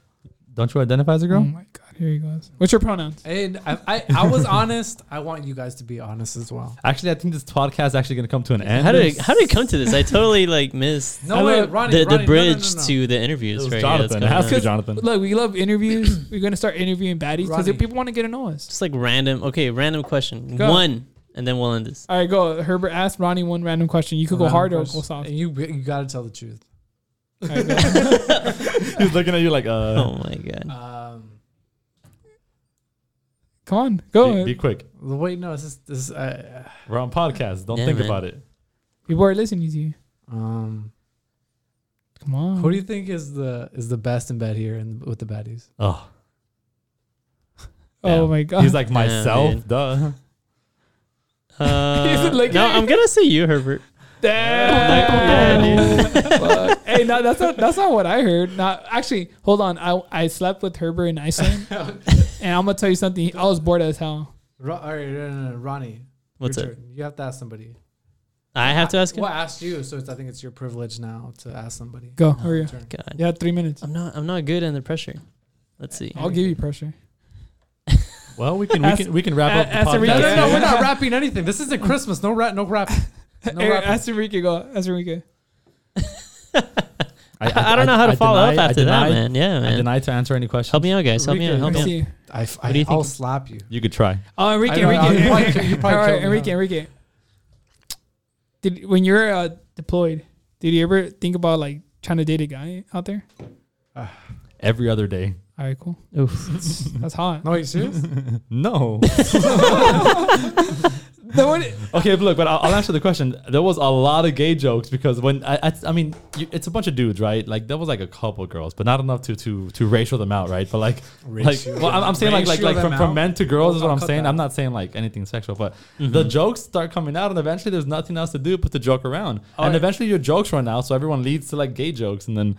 [SPEAKER 3] Don't you identify as a girl?
[SPEAKER 4] Oh my god, here he goes. What's your pronouns?
[SPEAKER 1] And I, I, I was honest. I want you guys to be honest as well.
[SPEAKER 3] Actually, I think this podcast is actually going to come to an end.
[SPEAKER 2] How did it, how did it come to this? I totally like missed
[SPEAKER 1] No,
[SPEAKER 4] I
[SPEAKER 1] wait,
[SPEAKER 4] love
[SPEAKER 1] Ronnie.
[SPEAKER 2] the,
[SPEAKER 1] Ronnie, no,
[SPEAKER 2] the
[SPEAKER 1] no,
[SPEAKER 2] bridge
[SPEAKER 1] no, no.
[SPEAKER 2] to the
[SPEAKER 3] It
[SPEAKER 2] interviews
[SPEAKER 3] was
[SPEAKER 2] right
[SPEAKER 3] Jonathan.
[SPEAKER 2] here.
[SPEAKER 3] It has to be
[SPEAKER 4] Because-
[SPEAKER 3] Jonathan.
[SPEAKER 4] Look, we love interviews. We're gonna start interviewing baddies because
[SPEAKER 1] Ronnie.
[SPEAKER 4] people want to get to know us.
[SPEAKER 2] Just like random. Okay, random question.
[SPEAKER 4] Go.
[SPEAKER 2] One, and then we'll end this.
[SPEAKER 4] All right, go. Herbert asked Ronnie one random question. You could go
[SPEAKER 1] Random
[SPEAKER 4] hard or
[SPEAKER 1] question.
[SPEAKER 4] go soft.
[SPEAKER 1] And you, you gotta tell the truth.
[SPEAKER 4] All right, go.
[SPEAKER 3] He's looking at you like, uh,
[SPEAKER 2] Oh my god.
[SPEAKER 1] Um,
[SPEAKER 4] Come on, go.
[SPEAKER 3] be, be quick.
[SPEAKER 1] wait, no, this is this. Is, uh,
[SPEAKER 3] We're on podcast. Don't
[SPEAKER 2] Yeah,
[SPEAKER 3] think
[SPEAKER 2] man.
[SPEAKER 3] about it.
[SPEAKER 4] people are listening to you.
[SPEAKER 1] um,
[SPEAKER 4] Come on.
[SPEAKER 1] who do you think is the is the best in bed here and with the baddies?
[SPEAKER 3] Oh,
[SPEAKER 4] oh
[SPEAKER 3] Yeah.
[SPEAKER 4] my god.
[SPEAKER 3] he's like myself.
[SPEAKER 2] man.
[SPEAKER 3] duh.
[SPEAKER 2] Uh,
[SPEAKER 4] He's looking
[SPEAKER 2] no,
[SPEAKER 4] at
[SPEAKER 2] I'm
[SPEAKER 4] you.
[SPEAKER 2] gonna say you, Herbert.
[SPEAKER 4] Damn. Fuck. hey, no, that's not that's not what I heard. Not actually. Hold on. I I slept with Herbert in Iceland, and I'm gonna tell you something. I was bored as hell.
[SPEAKER 1] Ro- all right, no, no, no, Ronnie.
[SPEAKER 2] What's
[SPEAKER 1] your
[SPEAKER 2] up?
[SPEAKER 1] turn. You have to ask somebody.
[SPEAKER 2] I have to ask him.
[SPEAKER 1] Well, I asked you, so it's, I think it's your privilege now to ask somebody.
[SPEAKER 4] Go. Hurry up.
[SPEAKER 1] Turn.
[SPEAKER 2] Oh God,
[SPEAKER 4] You had three minutes.
[SPEAKER 2] I'm not. I'm not good under pressure. Let's see.
[SPEAKER 4] I'll give you pressure.
[SPEAKER 3] Well, we can we
[SPEAKER 4] Ask-
[SPEAKER 3] can we can wrap up
[SPEAKER 4] a-
[SPEAKER 3] the
[SPEAKER 4] ask
[SPEAKER 1] No,
[SPEAKER 4] Enrique.
[SPEAKER 3] podcast.
[SPEAKER 1] no, no,
[SPEAKER 4] Yeah.
[SPEAKER 1] we're not rapping anything. This isn't Christmas. No rap. No rap. No
[SPEAKER 4] Hey,
[SPEAKER 1] rap.
[SPEAKER 4] ask Enrique. Go. Ask Enrique.
[SPEAKER 2] I, I don't know how to follow up after that, man. Yeah,
[SPEAKER 3] I
[SPEAKER 2] man.
[SPEAKER 3] deny to answer any questions.
[SPEAKER 2] Help me out, guys. Help me
[SPEAKER 1] Enrique,
[SPEAKER 2] out.
[SPEAKER 4] Let
[SPEAKER 2] Help
[SPEAKER 4] me
[SPEAKER 2] me out.
[SPEAKER 4] see.
[SPEAKER 1] I,
[SPEAKER 2] What do you
[SPEAKER 1] I, I'll
[SPEAKER 2] think?
[SPEAKER 1] slap you.
[SPEAKER 3] You could try.
[SPEAKER 4] Oh,
[SPEAKER 1] I
[SPEAKER 4] Enrique.
[SPEAKER 1] don't know,
[SPEAKER 4] Enrique.
[SPEAKER 1] you probably kill- you probably
[SPEAKER 4] All right,
[SPEAKER 1] killed me,
[SPEAKER 4] Enrique.
[SPEAKER 1] huh?
[SPEAKER 4] Enrique. Did when you're uh, deployed, did you ever think about like trying to date a guy out there?
[SPEAKER 3] Every other day.
[SPEAKER 4] All right, cool.
[SPEAKER 2] Oof.
[SPEAKER 4] That's hot.
[SPEAKER 1] No, are you serious?
[SPEAKER 3] No.
[SPEAKER 4] No, what-
[SPEAKER 3] okay, but look, but I'll, I'll answer the question. There was a lot of gay jokes because when I, I, I mean, you, it's a bunch of dudes, right? Like there was like a couple girls, but not enough to to to racial them out, right? But like, like,
[SPEAKER 1] Ratio
[SPEAKER 3] well, I'm, I'm saying like like
[SPEAKER 1] ratio
[SPEAKER 3] like from,
[SPEAKER 1] them
[SPEAKER 3] from
[SPEAKER 1] out?
[SPEAKER 3] men to girls is
[SPEAKER 1] I'll
[SPEAKER 3] what I'm
[SPEAKER 1] cut
[SPEAKER 3] saying.
[SPEAKER 1] that. Mm-hmm.
[SPEAKER 3] I'm not saying like anything sexual, but the jokes start coming out, and eventually there's nothing else to do but to joke around,
[SPEAKER 1] Oh,
[SPEAKER 3] and
[SPEAKER 1] yeah.
[SPEAKER 3] eventually your jokes run out, so everyone leads to like gay jokes, and then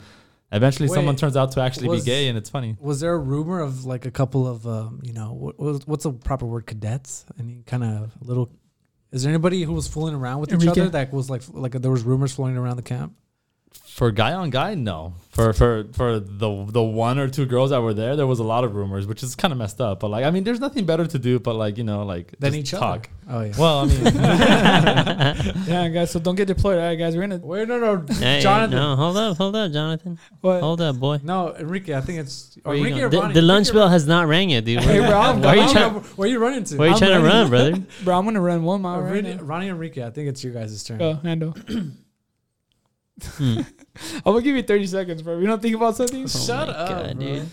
[SPEAKER 3] eventually
[SPEAKER 1] Wait,
[SPEAKER 3] someone turns out to actually
[SPEAKER 1] was-
[SPEAKER 3] be gay, and it's funny.
[SPEAKER 1] Was there a rumor of like a couple of um, you know what, what- what's the proper word cadets? Any kind of little? Is there anybody who was fooling around with each
[SPEAKER 4] Enrique?
[SPEAKER 1] other that was like like there was rumors floating around the camp?
[SPEAKER 3] for guy on guy, no. For for for the the one or two girls that were there, there was a lot of rumors, which is kind of messed up. But like, I mean, there's nothing better to do, but like you know, like
[SPEAKER 1] Than
[SPEAKER 3] just
[SPEAKER 1] each
[SPEAKER 3] talk.
[SPEAKER 1] other. Oh yeah.
[SPEAKER 3] Well, I mean,
[SPEAKER 4] Yeah, guys. So don't get deployed. All right, guys. We're gonna.
[SPEAKER 1] Wait, no, no,
[SPEAKER 2] Hey,
[SPEAKER 1] Jonathan.
[SPEAKER 2] No, hold up, hold up, Jonathan.
[SPEAKER 4] What?
[SPEAKER 2] Hold up, boy.
[SPEAKER 1] No, Enrique, I think it's
[SPEAKER 2] Where you
[SPEAKER 1] Enrique
[SPEAKER 2] going?
[SPEAKER 1] or
[SPEAKER 2] The,
[SPEAKER 1] Oh, Ronnie?
[SPEAKER 2] the lunch
[SPEAKER 1] Enrique or
[SPEAKER 2] bell has not rang yet, dude.
[SPEAKER 4] Hey,
[SPEAKER 2] Where,
[SPEAKER 4] bro, I'm-
[SPEAKER 2] why are you
[SPEAKER 1] Ronnie?
[SPEAKER 2] trying?
[SPEAKER 1] Where, where you running to?
[SPEAKER 2] Where you
[SPEAKER 4] I'm
[SPEAKER 2] trying to run,
[SPEAKER 4] running.
[SPEAKER 2] brother?
[SPEAKER 4] Bro, I'm gonna run one
[SPEAKER 2] Oh,
[SPEAKER 4] mile. Right
[SPEAKER 1] Ronnie,
[SPEAKER 4] now.
[SPEAKER 1] Oh, Ronnie Enrique, I think it's your guys' turn.
[SPEAKER 4] Go, handle.
[SPEAKER 2] Hmm.
[SPEAKER 4] I'm gonna give you 30 seconds, bro. You don't think about something.
[SPEAKER 2] Oh
[SPEAKER 1] Shut
[SPEAKER 2] my
[SPEAKER 1] up,
[SPEAKER 2] God,
[SPEAKER 1] bro.
[SPEAKER 2] dude.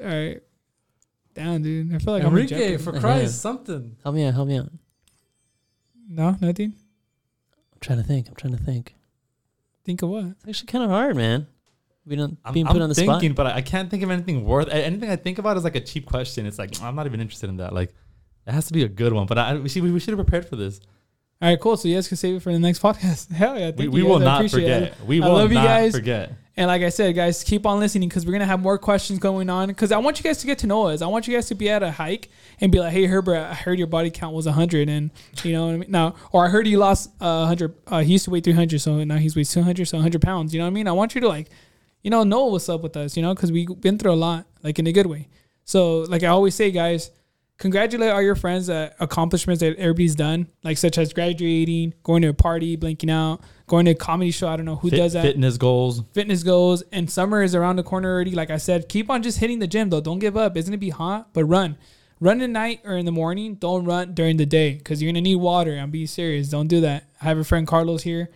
[SPEAKER 4] All right. Down, dude. I feel like I'm in
[SPEAKER 1] Enrique,
[SPEAKER 4] jeopardy.
[SPEAKER 1] for
[SPEAKER 2] Yeah.
[SPEAKER 1] Christ, something.
[SPEAKER 2] Help me out, help me out. I'm
[SPEAKER 4] No, nothing.
[SPEAKER 2] trying to think. I'm trying to think.
[SPEAKER 4] Think of what?
[SPEAKER 2] It's actually kind of hard, man. We don't
[SPEAKER 3] I'm,
[SPEAKER 2] being put
[SPEAKER 3] I'm
[SPEAKER 2] on the
[SPEAKER 3] thinking,
[SPEAKER 2] spot.
[SPEAKER 3] but I, I can't think of anything worth. a- Anything I think about is like a cheap question. It's like I'm not even interested in that. Like, it has to be a good one. But I, we should we should have prepared for this.
[SPEAKER 4] All right, cool. So you guys can save it for the next podcast. Hell yeah. Thank
[SPEAKER 3] We,
[SPEAKER 4] you
[SPEAKER 3] we
[SPEAKER 4] guys.
[SPEAKER 3] will
[SPEAKER 4] I
[SPEAKER 3] not
[SPEAKER 4] appreciate it.
[SPEAKER 3] forget. We
[SPEAKER 4] I
[SPEAKER 3] will
[SPEAKER 4] love you
[SPEAKER 3] not
[SPEAKER 4] guys.
[SPEAKER 3] forget.
[SPEAKER 4] And like I said, guys, keep on listening because we're gonna have more questions going on. Because I want you guys to get to know us. I want you guys to be at a hike and be like, "Hey, Herbert, I heard your body count was 100, and you know what I mean." Now, or I heard he lost uh, 100. Uh, he used to weigh 300, so now he's weighs 200, so 100 pounds. You know what I mean? I want you to like, you know, know what's up with us. You know, because we've been through a lot, like in a good way. So, like I always say, guys, congratulate all your friends at accomplishments that everybody's done, like such as graduating, going to a party, blanking out, going to a comedy show. I don't know who
[SPEAKER 3] Fit-
[SPEAKER 4] does that
[SPEAKER 3] Fitness goals.
[SPEAKER 4] fitness goes and summer is around the corner already like i said keep on just hitting the gym though don't give up it's gonna be hot but run run at night or in the morning don't run during the day because you're gonna need water i'm being serious don't do that i have a friend carlos here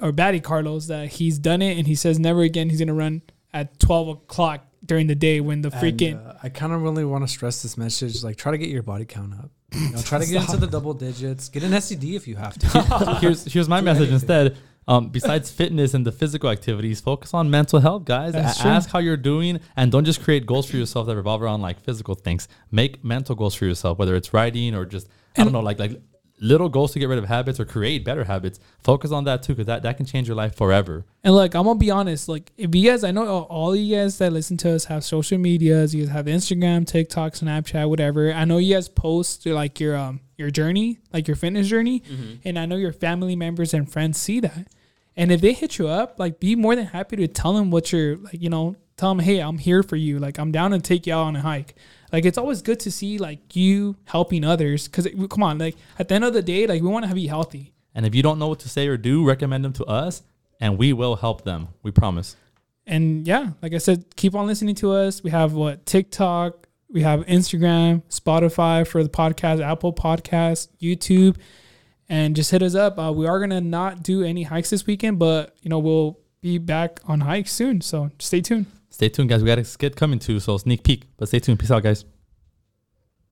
[SPEAKER 4] or batty carlos that he's done it and he says never again he's gonna run at 12 o'clock during the day when the freaking
[SPEAKER 1] And, uh, I kind of really want to stress this message. Like, try to get your body count up. You know, try to get into the double digits. Get an STD if you have to.
[SPEAKER 3] here's here's my message instead. Um, besides fitness and the physical activities, focus on mental health, guys. A-
[SPEAKER 4] That's true.
[SPEAKER 3] Ask how you're doing, and don't just create goals for yourself that revolve around like physical things. Make mental goals for yourself, whether it's writing or just I don't know, like like little goals to get rid of habits or create better habits. Focus on that too, because that that can change your life forever.
[SPEAKER 4] And look, I'm gonna be honest. Like, if you guys, I know all- all you guys that listen to us have social medias. You guys have Instagram, TikTok, Snapchat, whatever. I know you guys post like your um your journey, like your fitness journey, and I know your family members and friends see that. And if they hit you up, like, be more than happy to tell them what you're like. You know, tell them, hey, I'm here for you. Like, I'm down to take y'all on a hike. Like, it's always good to see like you helping others. Cause it- come on, like at the end of the day, like we want to be healthy.
[SPEAKER 3] And if you don't know what to say or do, recommend them to us, and we will help them. We promise.
[SPEAKER 4] and yeah, like I said, keep on listening to us. We have what TikTok, we have Instagram, Spotify for the podcast, Apple Podcast, YouTube, and just hit us up. Uh, we are gonna not do any hikes this weekend, but you know we'll be back on hikes soon. So stay tuned.
[SPEAKER 3] Stay tuned, guys. We got a skit coming too, so sneak peek. But stay tuned. Peace out, guys.